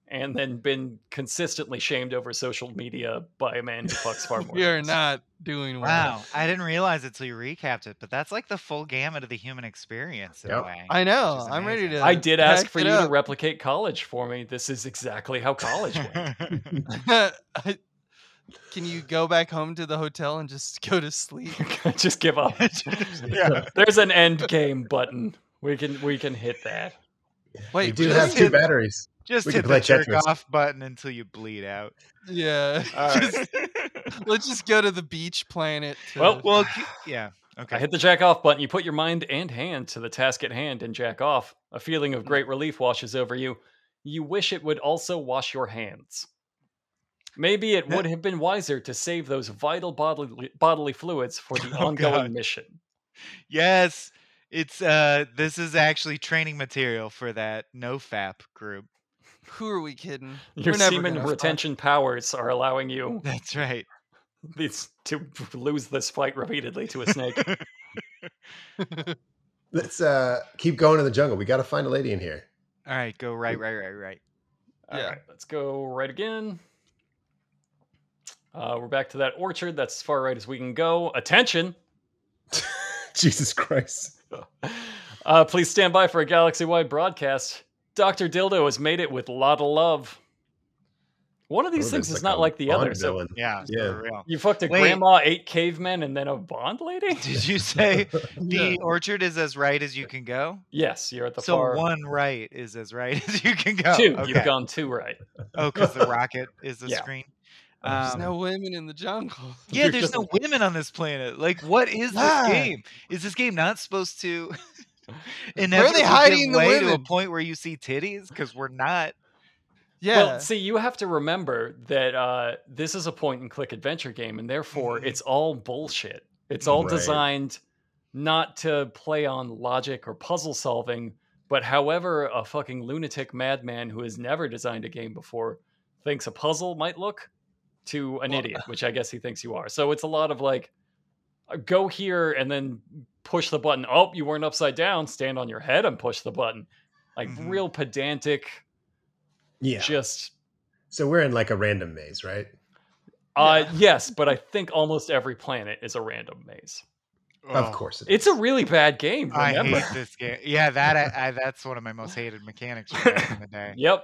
B: and then been consistently shamed over social media by a man who fucks far more.
F: we are
B: than us.
F: not doing well.
D: Wow, I didn't realize it till you recapped it, but that's like the full gamut of the human experience in a
C: Yep.
D: way.
E: I know.
D: is
E: I'm ready
D: amazing.
E: to.
B: I did ask
E: pack
B: for
E: it
B: you to
E: up.
B: replicate college for me. This is exactly how college went.
E: I- Can you go back home to the hotel and just go to sleep?
B: Just give up.
D: yeah.
B: There's an end game button. We can we can hit that.
E: Wait,
C: we do
E: just
C: have two
E: hit-
C: batteries.
D: Just
C: We
D: hit
C: could
D: the
C: play
D: jerk
C: Tetris.
D: off button until you bleed out.
E: Yeah.
D: All right.
E: Just- let's just go to the beach planet. To,
B: Well,
D: well, c- yeah.
B: I
D: Okay.
B: hit the jack off button. You put your mind and hand to the task at hand and jack off. A feeling
E: Mm-hmm.
B: of great relief washes over you. You wish it would also wash your hands. Maybe it would have been wiser to save those vital bodily, bodily fluids for the
D: Oh,
B: ongoing
D: God.
B: mission.
D: Yes. It's uh this is actually training material for that nofap group.
E: who are we kidding?
B: Your
E: We're never
B: semen
E: gonna fuck.
B: retention powers are allowing you
D: That's right.
B: these, to lose this fight repeatedly to a snake.
C: Let's uh, keep going in the jungle. We got to find a lady in here.
D: All right, go right, right, right, right.
B: All
E: Yeah.
B: right, let's go right again. Uh, we're back to that orchard. That's as far right as we can go. Attention!
C: Jesus Christ.
B: Uh, please stand by for a galaxy wide broadcast. Dr. Dildo has made it with Lotta Love. One of these
C: Ooh,
B: things
C: there's
B: is
C: like
B: not
C: a
B: like the other.
C: Bond
B: So
C: villain.
D: Yeah,
C: Yeah.
D: for real.
B: you fucked a
D: Wait.
B: grandma, eight cavemen, and then a Bond lady?
D: Did you say
E: Yeah.
D: the orchard is as right as you can go?
B: yes, you're at the
D: so
B: far.
D: one right is as right as you can go.
B: two,
D: okay.
B: you've gone two right.
D: Oh, because the rocket is the
B: Yeah.
D: screen.
E: There's
D: Um,
E: no women in the jungle.
D: yeah,
B: You're
D: there's
B: just-
D: no women on this planet. Like, what is
E: Yeah.
D: this game? Is this game not supposed to? And
E: hiding the
D: to a
E: women?
D: point where you see titties? Because we're not.
E: Yeah.
B: Well, see, you have to remember that uh, this is a point and click adventure game, and therefore
D: Mhm.
B: it's all bullshit. It's all
C: Right.
B: designed not to play on logic or puzzle solving, but however a fucking lunatic madman who has never designed a game before thinks a puzzle might look to an
E: Well-
B: idiot, which I guess he thinks you are. So it's a lot of like, uh, go here and then push the button. Oh, you weren't upside down. Stand on your head and push the button. Like
D: Mhm.
B: real pedantic,
C: Yeah.
B: just
C: So we're in like a random maze, right?
B: Uh, yes, but I think almost every planet is a random maze.
D: Oh,
C: Of course. it
B: It's a really bad game.
D: I
B: Remember?
D: hate this game. Yeah, that I, I, that's one of my most hated mechanics from back in the day.
B: Yep.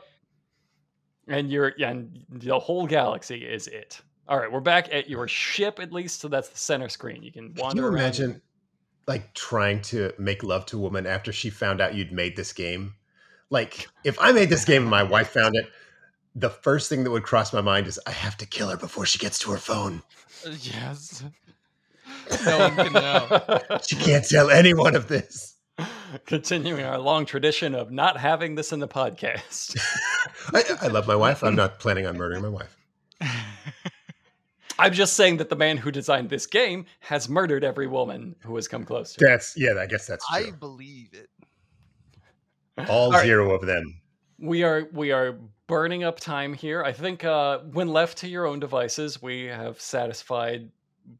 B: And you're yeah, and the whole galaxy is it. All right, we're back at your ship at least, so that's the center screen. You can
C: Can
B: wander
C: you
B: around.
C: imagine like trying to make love to a woman after she found out you'd made this game? Like, if I made this game and my wife found it, the first thing that would cross my mind is I have to kill her before she gets to her phone.
E: Uh, yes. no one can know.
C: She can't tell anyone of this.
B: Continuing our long tradition of not having this in the podcast.
C: I, I love my wife. I'm not planning on murdering my wife.
B: I'm just saying that the man who designed this game has murdered every woman who has come close to him.
C: That's yeah. I guess that's
E: I
C: true.
E: believe it.
C: All
B: All right.
C: zero of them.
B: We are we are burning up time here. I think uh, when left to your own devices, we have satisfied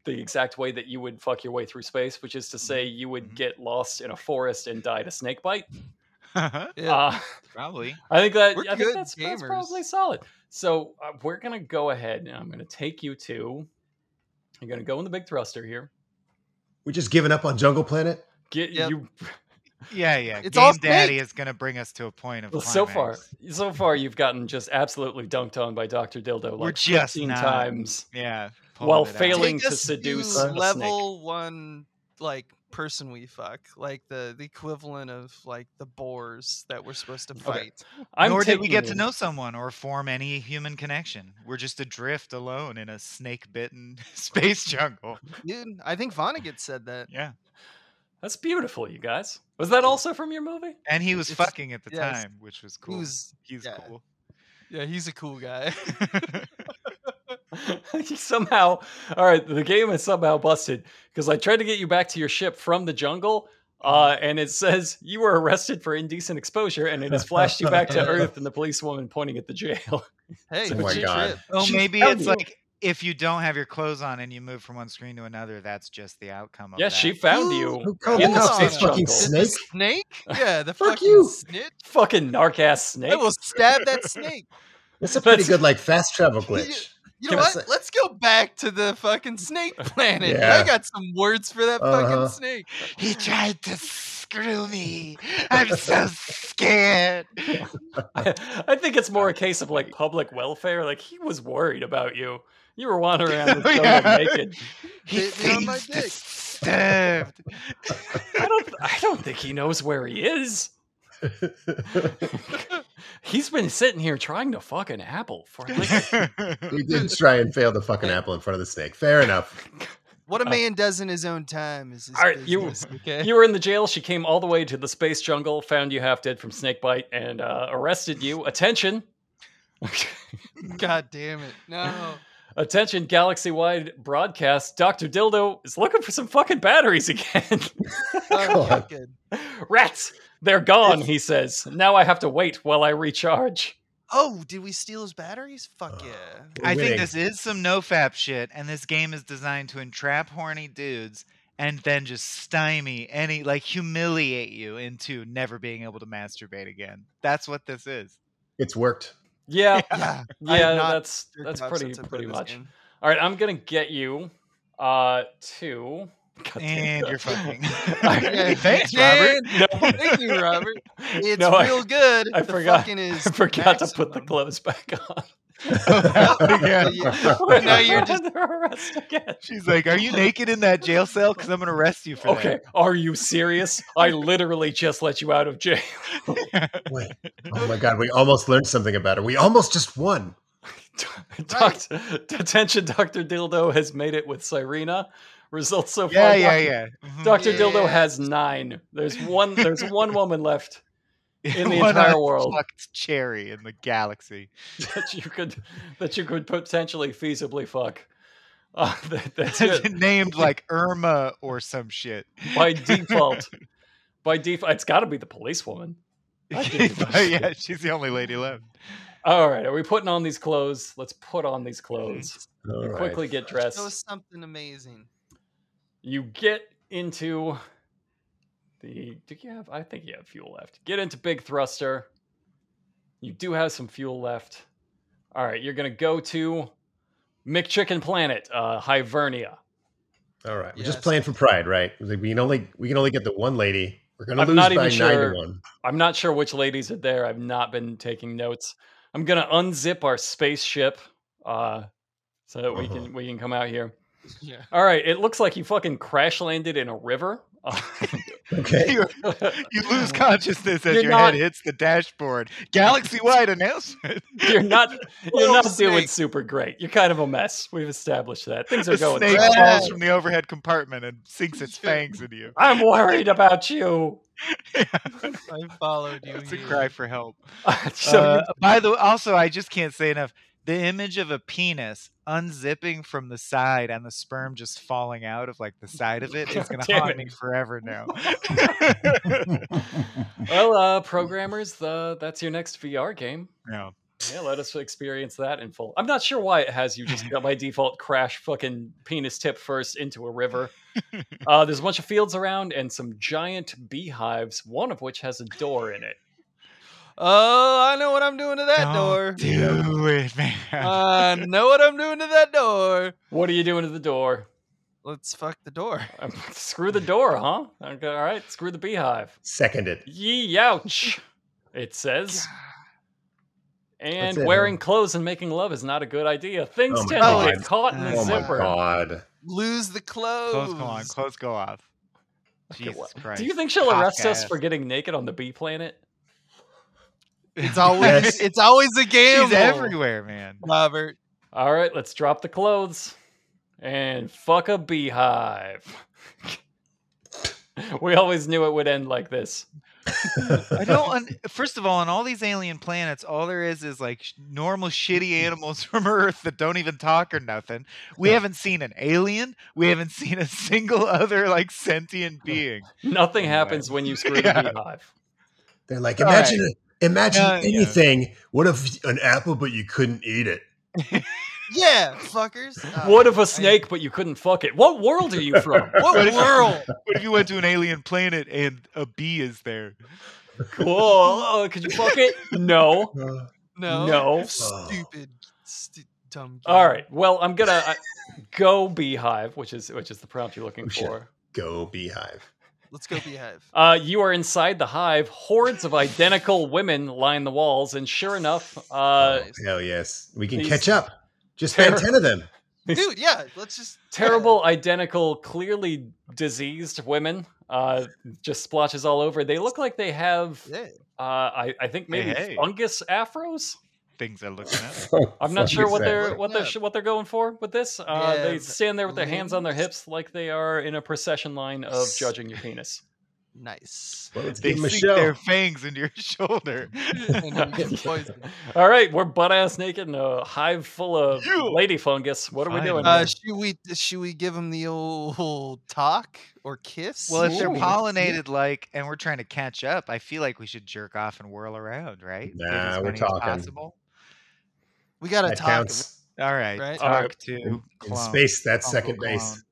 B: the exact way that you would fuck your way through space, which is to say you would
D: Mhm.
B: get lost in a forest and die to snake bite.
E: Yeah.
B: Uh,
D: Probably.
B: I think that
E: We're
B: I think
E: good
B: that's, that's
E: gamers.
B: probably solid. So uh, we're gonna go ahead and I'm gonna take you to. You're gonna go in the big thruster here.
C: We're just giving up on Jungle Planet.
B: Get
E: Yep.
B: you
D: Yeah, yeah.
E: It's
D: Game
E: all
D: Daddy is going to bring us to a point of
B: Well, so far,
D: climax.
B: so far you've gotten just absolutely dunked on by Doctor Dildo like
D: We're just
B: 15
D: not
B: times.
D: Yeah. pulling
B: While
D: it out.
B: failing- willing
E: Take
B: to
E: us
B: seduce
E: to
B: a snake.
E: level one like person we fuck like the the equivalent of like the boars that we're supposed to
B: Okay.
E: fight
B: I'm
D: Nor did we
B: taking
D: get to
B: you-
D: know someone or form any human connection. We're just adrift alone in a snake-bitten space jungle.
E: dude i think vonnegut said that
D: Yeah.
B: That's beautiful, you guys. Was that also from your movie?
D: And he was
E: It's-
D: fucking at the
E: yeah, it's-
D: time, which was
E: he
D: cool.
E: was
D: He's
E: yeah.
D: cool.
E: yeah he's a cool guy
B: somehow, all right, the game is somehow busted because I tried to get you back to your ship from the jungle. Uh, and it says you were arrested for indecent exposure, and it has flashed you back to Earth and the police woman pointing at the jail.
E: hey
B: Oh
C: my
E: good
C: God.
E: trip.
D: Oh,
B: She
D: maybe
B: found
D: it's
B: you.
D: like if you don't have your clothes on and you move from one screen to another, that's just the outcome of
B: yeah,
D: that.
B: she found
E: Who-
B: you.
C: Who called
B: In
C: the
B: the
C: cops?
B: space
C: This fucking
B: jungle.
E: Did
C: snake.
E: the snake yeah the
C: Fuck
E: fucking
C: you.
E: snitch
B: Fucking narc ass snake.
E: i will stab that snake
C: That's a pretty
B: That's-
C: good like fast travel glitch.
E: you know
B: Can I
E: what
C: say-
E: let's go back to the fucking snake planet
C: Yeah.
E: i got some words for that
C: Uh-huh.
E: fucking snake
D: He tried to screw me. I'm so scared.
B: I, I think it's more a case of like public welfare. Like he was worried about you. You were wandering around the jungle
D: Yeah.
B: naked.
D: He
E: Bit me on my
D: seems
E: dick.
D: disturbed.
B: I don't. I don't think he knows where he is. He's been sitting here trying to fuck an apple for like.
C: we did try and fail the fucking apple in front of the snake. Fair enough.
E: what a man does in his own time is his
B: All right, Uh, you-
E: business, okay
B: You were in the jail. She came all the way to the space jungle, found you half dead from snake bite, and uh, arrested you. Attention.
E: god damn it no
B: Attention, galaxy wide broadcast. Dr. Dildo is looking for some fucking batteries again.
E: Oh,
C: God.
E: fucking-
B: Rats, they're gone, he says. Now I have to wait while I recharge.
E: Oh, did we steal his batteries? Fuck yeah.
D: I
C: Winning.
D: think this is some nofap shit, and this game is designed to entrap horny dudes and then just stymie any, like humiliate you into never being able to masturbate again. That's what this is.
C: it's worked.
B: Yeah,
E: Yeah.
B: yeah,
E: I have not
B: that's
E: Jerked
B: that's
E: off
B: pretty
E: since I played
B: pretty
E: this
B: much.
E: game.
B: All right, I'm gonna get you uh to God damn
D: And
B: it.
D: you're fucking.
E: Yeah,
D: Thanks, Robert.
E: and
B: No,
E: Thank you, Robert. It's
B: No, I-
E: real good.
B: I
E: The
B: forgot-
E: Fucking is
B: I forgot to put the
E: maximum.
B: clothes back on. Oh,
D: Yeah.
E: Yeah. now you're just
B: under arrest again.
D: She's like, "Are you naked in that jail cell? Because I'm gonna arrest you for
B: Okay, are you serious? I literally just let you out of jail.
C: Wait. Oh my god, we almost learned something about her. We almost just won.
B: Doct- Detention Dr. Dildo has made it with Cyrena. Results so
D: that."
B: far.
D: Yeah,
B: Doc-
D: yeah, yeah. Mhm.
B: Dr. Dildo
E: Yeah.
B: has nine. There's one there's one woman left in the
D: One
B: entire
D: eye
B: world.
D: fucked cherry in the galaxy.
B: that you could that you could potentially feasibly fuck. Uh, that- that's it.
D: Named like Irma or some shit.
B: By default. By default it's gotta be the policewoman. I think
D: But
B: that's-
D: yeah, she's the only lady left.
B: All right, are we putting on these clothes? Let's put on these clothes.
C: All
B: You
C: right.
B: quickly get
E: Show
B: dressed.
E: us something amazing.
B: You get into the. Do you have? I think you have fuel left. Get into Big Thruster. You do have some fuel left. All right, you're gonna go to McChicken Planet, uh, Hivernia.
C: All right. We're just
E: Yes.
C: playing for pride, right? It's like we can only we can only get the one lady. We're gonna
B: I'm
C: lose
B: not
C: by
B: even sure-
C: nine to one.
B: I'm not sure which ladies are there. I've not been taking notes. I'm gonna unzip our spaceship uh, so that we
C: Uh-huh.
B: can we can come out here.
E: Yeah.
B: All right, it looks like you fucking crash landed in a river.
C: Okay.
D: You, you lose consciousness as
B: You're
D: your
B: not-
D: head hits the dashboard. Galaxy wide announcement.
B: you're not you're
E: Well,
B: not doing
E: snake.
B: super great. You're kind of a mess. We've established that. Things are
D: The
B: going
D: snake
B: bad.
D: falls from the overhead compartment and sinks its
E: Yeah.
D: fangs into you.
B: I'm worried about you.
E: I followed you.
D: It's a
E: here.
D: cry for help.
B: so
D: Uh, by the way, also I just can't say enough. the image of a penis unzipping from the side and the sperm just falling out of like the side of it is going to
B: Damn
D: haunt
B: it.
D: me forever now.
B: Well, uh, programmers, the, that's your next VR game.
D: no.
B: Yeah, let us experience that in full. I'm not sure why it has you just by default crash fucking penis tip first into a river. Uh, there's a bunch of fields around and some giant beehives, one of which has a door in it.
E: Oh, I know what I'm doing to that
D: Don't
E: door.
D: Do it, man.
B: Uh,
E: I know what I'm doing to that door.
B: What are you doing to the door?
E: Let's fuck the door.
B: Um, screw the door, huh? Okay, all right, screw the beehive.
C: Seconded.
B: Yee ouch, it says. And
C: That's it, huh?
B: wearing clothes and making love is not a good idea. Things
C: Oh my
B: tend to get
C: God.
B: caught in the
E: Oh
C: Oh my
B: zipper.
C: god.
E: Lose the clothes.
D: Clothes go on. Clothes go off.
B: Okay,
D: Jesus
B: what-
D: Christ.
B: Do you think she'll
D: Cock
B: arrest us
D: ass.
B: for getting naked on the bee planet?
E: It's always
C: Yes.
E: it's always a gamble.
D: She's everywhere, man.
E: Robert.
B: All right, let's drop the clothes and fuck a beehive. we always knew it would end like this.
D: I don't. Un- First of all, on all these alien planets, all there is is like sh- normal shitty
C: Mm-hmm.
D: animals from Earth that don't even talk or nothing. We haven't seen an alien. We haven't seen a single other like sentient being.
B: Nothing
D: Anyway.
B: happens when you screw
D: Yeah.
B: the beehive.
C: They're like,
D: All right.
C: imagine imagine
D: Yeah, yeah.
C: anything. What if an apple but you couldn't eat it?
E: Yeah, fuckers. Oh,
B: What if a snake, but you couldn't fuck it? What world are you from?
D: What if
E: What
D: you-
E: world?
D: What if you went to an alien planet and a bee is there?
B: cool. Uh, could you fuck it? No.
E: No.
B: No.
E: Stupid. Stu- dumb. Game.
B: All right. Well, I'm gonna uh, go beehive, which is which is the prompt you're looking
C: Oh, shit.
B: for.
C: Go beehive.
E: Let's go beehive.
B: Uh, you are inside the hive. Hordes of identical women line the walls, and sure enough, uh,
E: Nice.
C: Oh, Hell yes. We can
B: These-
C: catch up. Just
B: Terror-
C: ban ten of them.
E: Dude, yeah. Let's just
B: terrible, identical, clearly diseased women. Uh, just splotches all over. They look like they have, uh,
E: Yeah.
B: I, I think maybe
D: hey.
B: fungus afros.
D: Things are looking up.
B: I'm not sure what they're
E: Look
B: what
E: it
B: they're
E: up.
B: sh- what they're going for with this. Uh,
E: Yeah,
B: they
E: the
B: stand there with their hands on their
E: limbs.
B: hips like they are in a procession line of judging your penis.
E: nice.
C: Well, let's
D: They
C: give them a
D: sink
C: show.
D: their fangs into your shoulder.
E: And then we get poisoned.
B: All right, we're butt ass naked in a hive full of
D: You-
B: lady fungus. What are we doing?
E: Uh,
B: here?
E: should we should we give them the old talk or kiss?
D: Well, if they're
B: Ooh.
D: pollinated like, and we're trying to catch up, I feel like we should jerk off and whirl around, right? With as
C: Nah, we're
D: many as
C: talking.
D: Possible.
E: we gotta
C: that
E: talk.
C: counts.
D: All right,
E: Right?
B: All
D: talk
B: right.
D: to
C: In
D: clone.
C: space, that's
D: Uncle
C: second base.
D: Clone.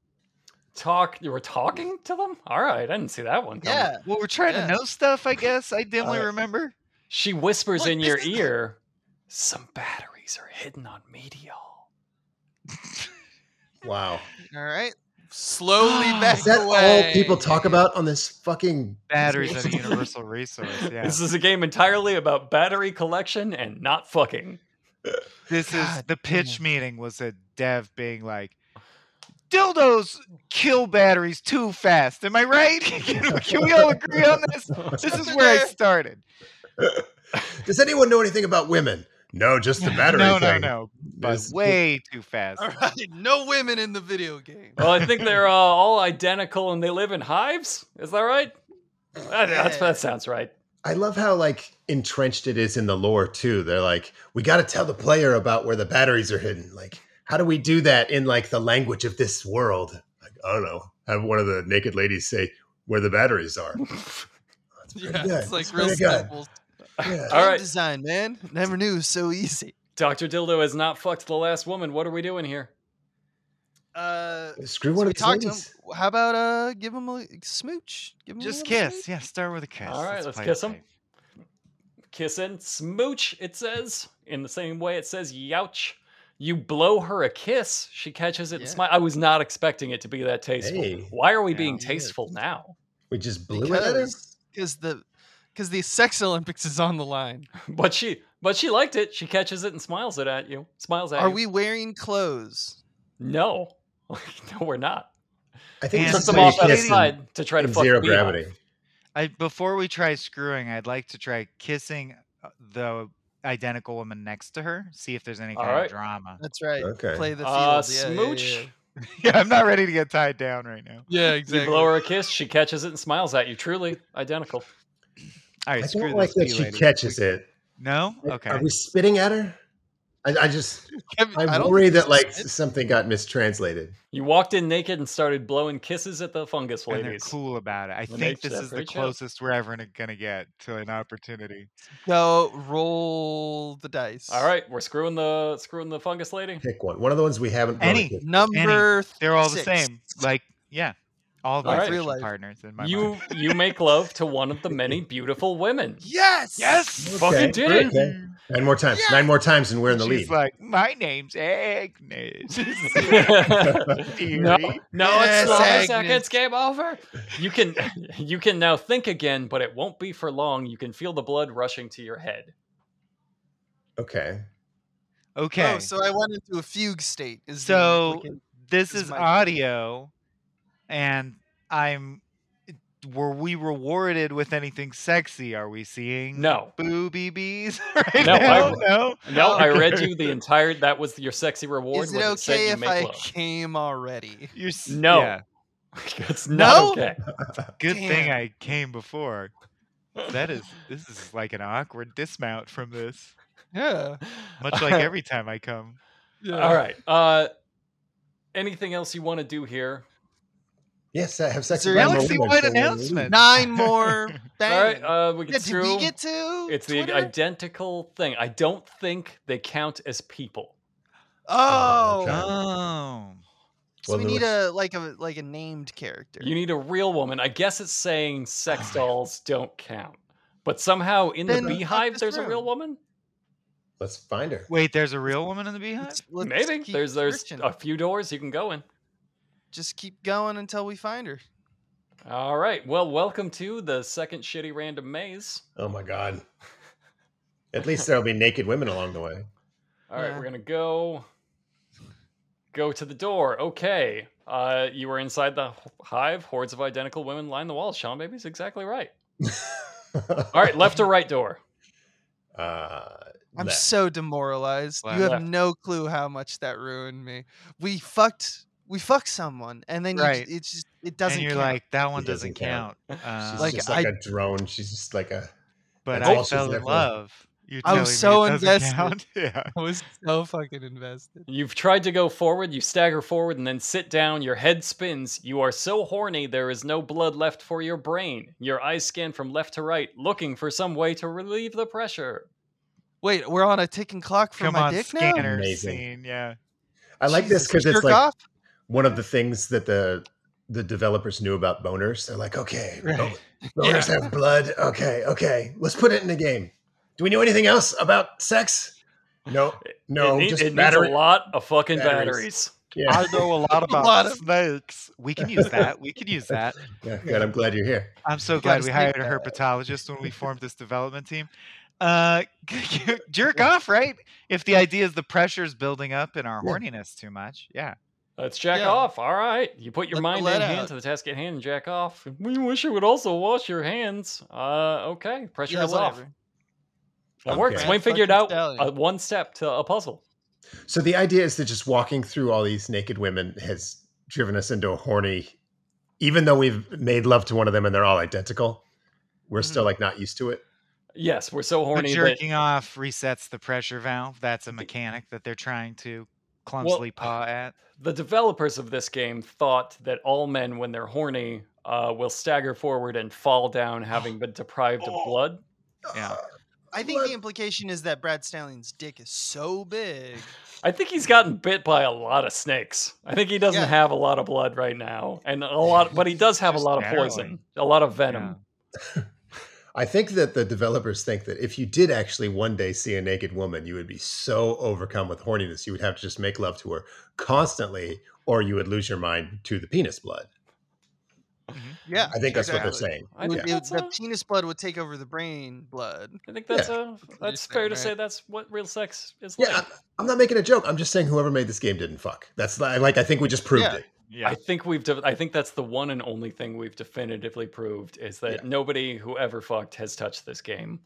B: Talk. You were talking to them. All right, I didn't see that one. coming.
E: Yeah.
D: Well, we're trying
E: Yeah.
D: to know stuff, I guess. I dimly
B: right.
D: remember.
B: She whispers
E: Look,
B: in your
E: this is-
B: ear, "Some batteries are hidden on Medial."
C: Wow.
E: All right. Slowly back
C: Is that
E: away.
C: all people talk about on this fucking
D: Batteries are a universal resource. Yeah,
B: This is a game entirely about battery collection and not fucking.
D: this is
E: God
D: the
E: damn
D: pitch
E: it.
D: meeting was a dev being like, "Dildos kill batteries too fast." Am I right? can, we- can we all agree on this? This is
E: Something
D: where I
E: there.
D: started.
C: Does anyone know anything about women? No, just the battery
D: no, no,
C: thing.
D: no. But
C: This-
D: way too fast.
E: All right. No women in the video game.
B: Well, I think they're uh, all identical and they live in hives. Is that right? That, that's- that sounds right.
C: I love how like entrenched it is in the lore too. They're like, we got to tell the player about where the batteries are hidden. Like, how do we do that in like the language of this world? Like, I don't know. Have one of the naked ladies say where the batteries are. That's pretty
E: Yeah,
C: good.
E: it's like
C: That's
E: real
C: pretty good.
E: simple.
C: Yeah.
B: All
E: Game
B: right.
E: design, man. Never knew it was so easy.
B: Dr. Dildo has not fucked the last woman. What are we doing here?
E: Uh,
C: Screw
E: so
C: one
E: we
C: of these
E: talked to him.
C: ladies.
E: How about uh, give him a li- smooch? Give him
D: Just
E: a little
D: kiss.
E: smooch?
D: Yeah, start with a kiss.
B: All right, let's
D: play it
B: kiss 'em.
D: safe.
B: Kissing. Smooch, it says. In the same way it says youch. You blow her a kiss. She catches it
E: Yeah.
B: and smiles. I was not expecting it to be that tasteful.
C: Hey.
B: Why are we
D: Yeah.
B: being
C: Yeah.
B: tasteful now?
C: We just blew it at her.
E: Because, because the because the sex Olympics is on the line.
B: But she but she liked it. She catches it and smiles it at you. Smiles at
E: Are
B: you.
E: we wearing clothes?
B: No. no, we're not.
C: I think
D: And
C: this
B: Took
C: is
B: them
C: how you
B: off
D: somebody
C: kiss in-
B: outside to try to
C: in
B: fuck
C: zero
B: me up.
C: gravity.
D: I before we try screwing, I'd like to try kissing uh, the identical woman next to her. See if there's any
B: All
D: kind
B: right.
D: of drama.
E: That's right.
C: Okay.
E: Play the field.
B: Uh,
E: yeah, yeah,
B: smooch.
E: Yeah,
D: yeah, I'm not ready to get tied down right now.
E: Yeah,
B: You
E: exactly.
B: blow her a kiss, she catches it and smiles at you. Truly identical.
D: All right,
C: I
D: screw
C: don't like
D: this
C: that
D: bee
C: she
D: lady.
C: catches
D: We-
C: it.
D: No. Okay.
C: Are we spitting at her? I, I just
E: Kevin-
C: I,
E: don't
C: worry
E: think
C: that
E: this
C: like
E: is it.
C: something got mistranslated.
B: You walked in naked and started blowing kisses at the fungus
D: and they're
B: ladies.
D: cool about it. I
B: When they
D: think
B: ch-
D: this is the
B: reach out.
D: closest we're ever going to get to an opportunity.
E: so roll the dice.
B: All right, we're screwing the screwing the fungus lady.
C: Pick one. One of the ones we haven't. blown a
D: Any.
C: kiss.
E: number. oh,
D: They're all
E: six.
D: the same. Like, yeah, all of
B: All
D: my
B: right.
D: sexual
E: Real life.
D: partners in my
B: You
D: mind.
B: you make love to one of the many beautiful women.
E: Yes.
D: Yes,
B: Fucking did it.
C: okay. Nine more times.
E: Yeah.
C: Nine more times, and we're in the lead.
D: She's like, my name's Agnes. Dearie."
B: No, no,
E: Yes,
B: it's slow
E: Agnes.
B: seconds. Game over. You can you can now think again, but it won't be for long. You can feel the blood rushing to your head.
C: okay.
D: Okay,
E: Oh,
D: so,
E: so I went into a fugue state. Is the
D: So-
E: applicant-
D: this
E: this
D: is,
E: is my-
D: audio, and I'm. Were we rewarded with anything sexy? Are we seeing
B: No,
D: booby bees right
B: No,
D: now?
B: I-
D: no,
B: no, I read
D: Okay.
B: you the entire. That was your sexy reward.
E: is
B: was
E: it
B: said
E: okay
B: you
E: if
B: make
E: I
B: love.
E: came already?
D: You're s-
B: No.
D: yeah,
B: it's not
E: No?
B: okay.
D: good thing
E: Damn.
D: I came before. That is. This is like an awkward dismount from this.
E: Yeah.
D: Much like every time I come.
B: All right. Uh, anything else you want to do here?
C: Yes, I have sex.
E: there
C: with nine more
D: Galaxy
C: women, so
D: wide
C: we're in the lead.
D: announcement.
E: Nine more. Bang.
B: All right. Uh, we
E: yeah,
B: get
E: did
B: through.
E: we get to?
B: it's the
E: Twitter?
B: identical thing. I don't think they count as people.
E: Oh.
C: Okay.
D: Oh.
E: So
C: Well,
E: we
C: there
E: need
C: was-
E: a like a like a named character. Oh,
B: You need a real woman. I guess it's saying sex dolls don't count. But somehow in
E: Then
B: the
E: fuck
B: beehive,
E: this
B: there's a real
E: room.
B: woman.
C: Let's find her.
D: Wait, there's a real woman in the beehive?
E: Let's- let's
B: Maybe
E: keep
B: there's there's
E: searching.
B: a few doors you can go in.
E: Just keep going until we find her.
B: All right. Well, welcome to the second shitty random maze.
C: Oh my god. At least there'll be naked women along the way.
B: All right,
E: Yeah.
B: we're gonna go go to the door. Okay. Uh, you were inside the h- hive. Hordes of identical women line the walls. Sean, baby's exactly right. All right, left or right door.
C: Uh,
E: I'm
C: left.
E: so demoralized.
D: Left.
E: You have
B: Left.
E: no clue how much that ruined me. We fucked. We fucked someone, and then
D: Right.
E: you, ju- it's just it doesn't.
D: and you're
E: count.
D: like, that one
C: It
D: doesn't,
C: doesn't
D: count.
C: count.
D: Uh,
C: She's
E: Like,
C: just like
E: I-
C: a drone. She's just like a.
D: but
C: that's
D: I
C: all she's
D: fell
C: there
D: in
C: for.
D: love. You're
E: I was
D: telling me
E: so
D: it doesn't
E: invested.
D: count? Yeah.
E: I was so fucking invested.
B: You've tried to go forward, you stagger forward and then sit down, your head spins. You are so horny there is no blood left for your brain. Your eyes scan from left to right, looking for some way to relieve the pressure.
E: Wait, we're on a ticking clock for
D: Come
E: my
D: on,
E: dick now.
D: scanner
C: Amazing.
D: scene. Yeah.
C: I like this
E: Jesus,
C: because it's
E: jerk
C: like
E: off?
C: one of the things that the the developers knew about boners. They're like, okay,
D: Right.
C: bon- boners have blood. Okay, okay, let's put it in the game. Do we know anything else about sex? No, no,
B: it, need-
C: just
B: it needs a
C: battery.
B: lot of fucking
C: batteries.
B: batteries.
C: Yeah,
D: I know a lot
E: about
D: about
E: lot of-
D: snakes. We can use that. We could use that.
C: yeah, good. I'm glad you're here.
D: I'm so
E: got a
D: glad we
E: snake
D: hired a herpetologist when we formed this development team. Uh, jerk off, right? If the idea is the pressure's building up in our
C: Yeah.
D: horniness too much, yeah.
B: Let's jack
E: Yeah.
B: off. All right. You put your
E: Let the
B: mind
E: lead
B: and hand
E: out.
B: to the task at hand and jack off. We wish you would also wash your hands. Uh, okay. Pressure
E: Yeah,
B: is off.
E: whatever.
B: That
C: Okay.
B: works.
E: Grand
B: Wayne figured
E: fucking
B: out
E: stallion.
B: uh, one step to a puzzle.
C: So the idea is that just walking through all these naked women has driven us into a horny, even though we've made love to one of them and they're all identical. We're still like not used to it.
B: Yes, we're so
D: But
B: horny. that-
D: jerking off resets the pressure valve. That's a mechanic that they're trying to clumsily paw at.
B: the developers of this game thought that all men, when they're horny, uh, will stagger forward and fall down, having been deprived of blood.
D: Yeah.
E: I think
C: Blood.
E: the implication is that Brad Stallion's dick is so big.
B: I think he's gotten bit by a lot of snakes. I think he doesn't
E: Yeah.
B: have a lot of blood right now, and a lot, but he does have a
D: Just
B: lot of
D: barely.
B: poison, a lot of venom.
D: Yeah.
C: I think that the developers think that if you did actually one day see a naked woman, you would be so overcome with horniness, you would have to just make love to her constantly, or you would lose your mind to the penis blood.
E: Mm-hmm. Yeah,
C: I think that's what they're
E: exactly.
C: saying.
B: I
E: It would-
B: think
E: it would-
B: that's
E: the
B: a,
E: penis blood would take over the brain blood.
B: I think that's
C: Yeah.
B: a, that's
E: saying,
B: fair to
E: right?
B: say that's what real sex is like.
C: Yeah, I'm, I'm not making a joke. I'm just saying whoever made this game didn't fuck. That's li- like I think we just proved
E: Yeah.
C: it.
D: Yeah.
B: I think we've. De- I think that's the one and only thing we've definitively proved is that
C: Yeah.
B: nobody who ever fucked has touched this game.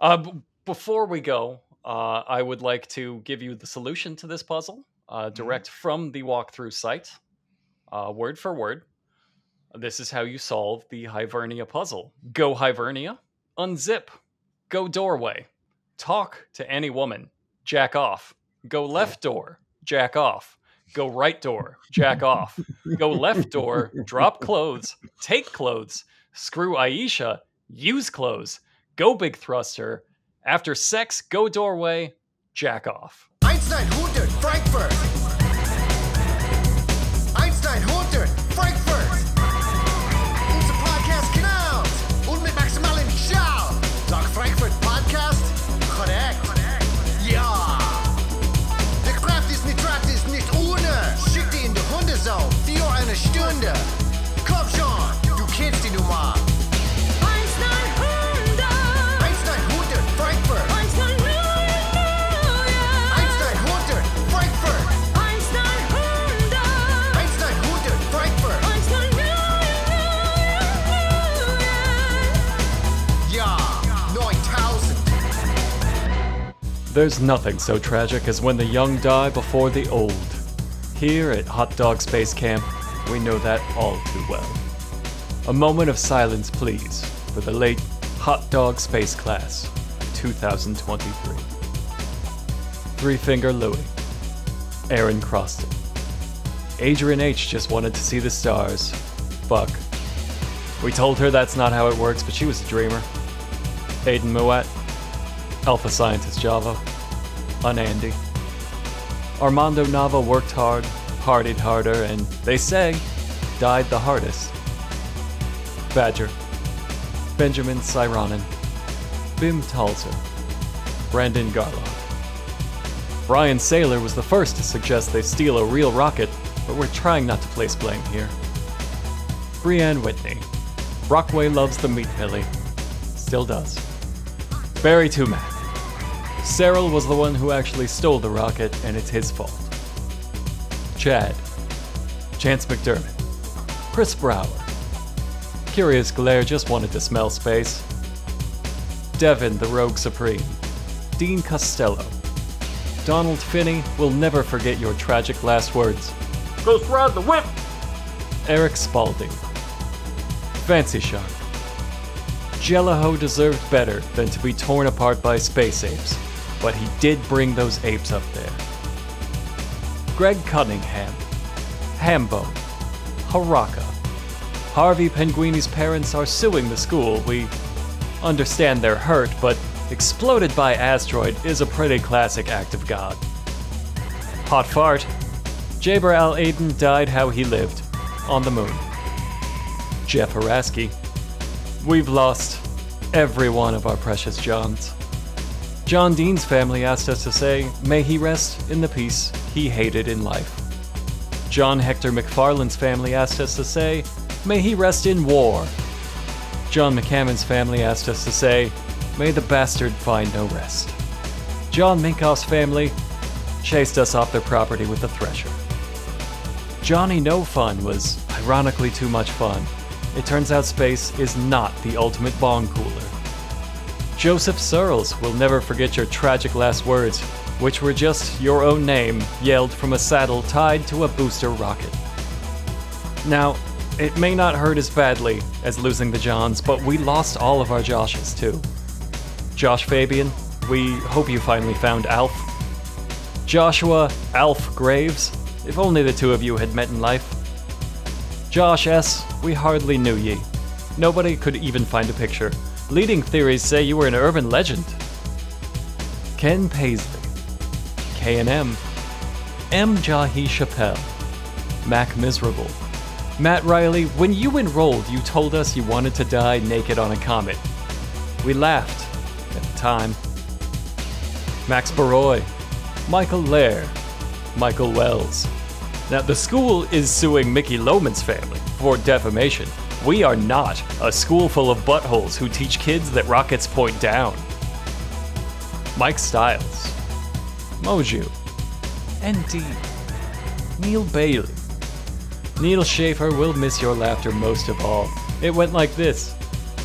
B: uh, b- before we go, uh, I would like to give you the solution to this puzzle, uh, direct from the walkthrough site, uh, word for word. This is how you solve the Hivernia puzzle. Go Hivernia, unzip, go doorway, talk to any woman, jack off. Go left door, jack off. Go right door, jack off. Go left door, drop clothes, take clothes, screw Aisha, use clothes, go big thruster. After sex, go doorway, jack off.
A: Einstein, Hundert, Frankfurt. Einstein, Hundert, Frankfurt. Unser Podcast canal. Und mit Maximilian Schau. Doc Frankfurt Podcast. Korrekt. Ja. Der Kraft ist nicht Kraft ist nicht ohne. Schick die in die Hundesau. Vier eine Stunde. Komm schon, du kennst die Nummer. Einstein, Hundert, Frankfurt. Einstein, Hundert, Frankfurt. Einstein, Hundert, Frankfurt. Ja, 9000.
B: There's nothing so tragic as when the young die before the old. Here at Hot Dog Space Camp, we know that all too well. A moment of silence, please, for the late Hot Dog Space Class 2023. Three Finger Louie, Aaron Croston, Adrian H. just wanted to see the stars. Fuck. We told her that's not how it works, but she was a dreamer. Aiden Mouat, Alpha Scientist Java, Unandy. Armando Nava worked hard, partied harder, and they say died the hardest. Badger, Benjamin Cyronin, Bim Talzer, Brandon Garlock. Brian Saylor was the first to suggest they steal a real rocket, but we're trying not to place blame here. Brianne Whitney, Brockway loves the meat pilly, still does. Barry Tumac. Cyril was the one who actually stole the rocket, and it's his fault. Chad. Chance McDermott. Chris Brower. Curious Glare just wanted to smell space. Devin the Rogue Supreme. Dean Costello. Donald Finney will never forget your tragic last words. Ghost Ride the Whip! Eric Spalding. Fancy Shark. Jellihoe deserved better than to be torn apart by space apes, but he did bring those apes up there. Greg Cunningham, Hambo, Haraka. Harvey Penguini's parents are suing the school. We understand they're hurt, but Exploded by Asteroid is a pretty classic act of God. Hot fart. Jaber Al Aden died how he lived, on the moon. Jeff Haraski, We've lost every one of our precious Johns. John Dean's family asked us to say, may he rest in the peace he hated in life. John Hector McFarlane's family asked us to say, may he rest in war. John McCammon's family asked us to say, may the bastard find no rest. John Minkoff's family chased us off their property with a thresher. Johnny No Fun was ironically too much fun. It turns out space is not the ultimate bong cooler. Joseph Searles will never forget your tragic last words, which were just your own name yelled from a saddle tied to a booster rocket. Now, it may not hurt as badly as losing the Johns, but we lost all of our Joshes too. Josh Fabian, we hope you finally found Alf. Joshua Alf Graves, if only the two of you had met in life. Josh S., we hardly knew ye. Nobody could even find a picture. Leading theories say you were an urban legend. Ken Paisley, K&M, M. Jahi Chappelle, Mac Miserable, Matt Riley. When you enrolled, you told us you wanted to die naked on a comet. We laughed at the time. Max Baroy, Michael Lair, Michael Wells. Now, the school is suing Mickey Lohman's family for defamation. We are not a school full of buttholes who teach kids that rockets point down. Mike Stiles, Moju, ND, Neil Bailey. Neil Schaefer will miss your laughter most of all. It went like this.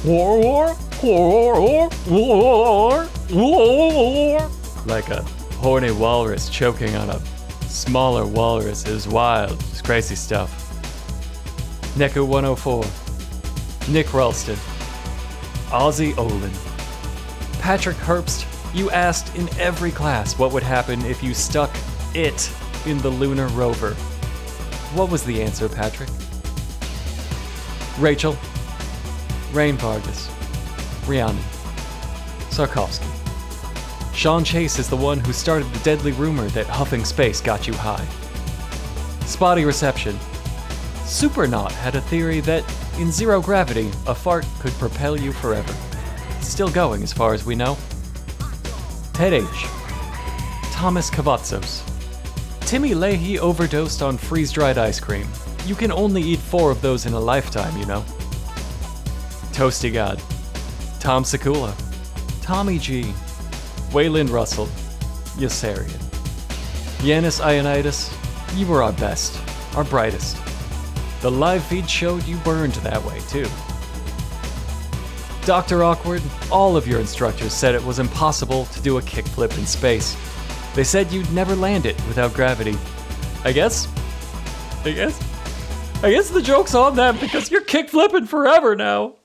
B: War, war, war, war, war, war. Like a horny walrus choking on a smaller walrus. It was wild. It was crazy stuff. Neku 104. Nick Ralston. Ozzy Olin. Patrick Herbst. You asked in every class what would happen if you stuck it in the lunar rover. What was the answer, Patrick? Rachel, Rain Vargas, Rhiannon, Sarkovsky. Sean Chase is the one who started the deadly rumor that huffing space got you high. Spotty reception. Supernaut had a theory that, in zero gravity, a fart could propel you forever. Still going, as far as we know. Ted H. Thomas Cavazzos. Timmy Leahy overdosed on freeze dried ice cream. You can only eat four of those in a lifetime, you know. Toasty God. Tom Sekula. Tommy G. Waylon Russell. Yasarian. Yanis Ionitis, you were our best, our brightest. The live feed showed you burned that way, too. Dr. Awkward, all of your instructors said it was impossible to do a kickflip in space. They said you'd never land it without gravity. I guess. I guess. I guess the joke's on them because you're kickflipping forever now.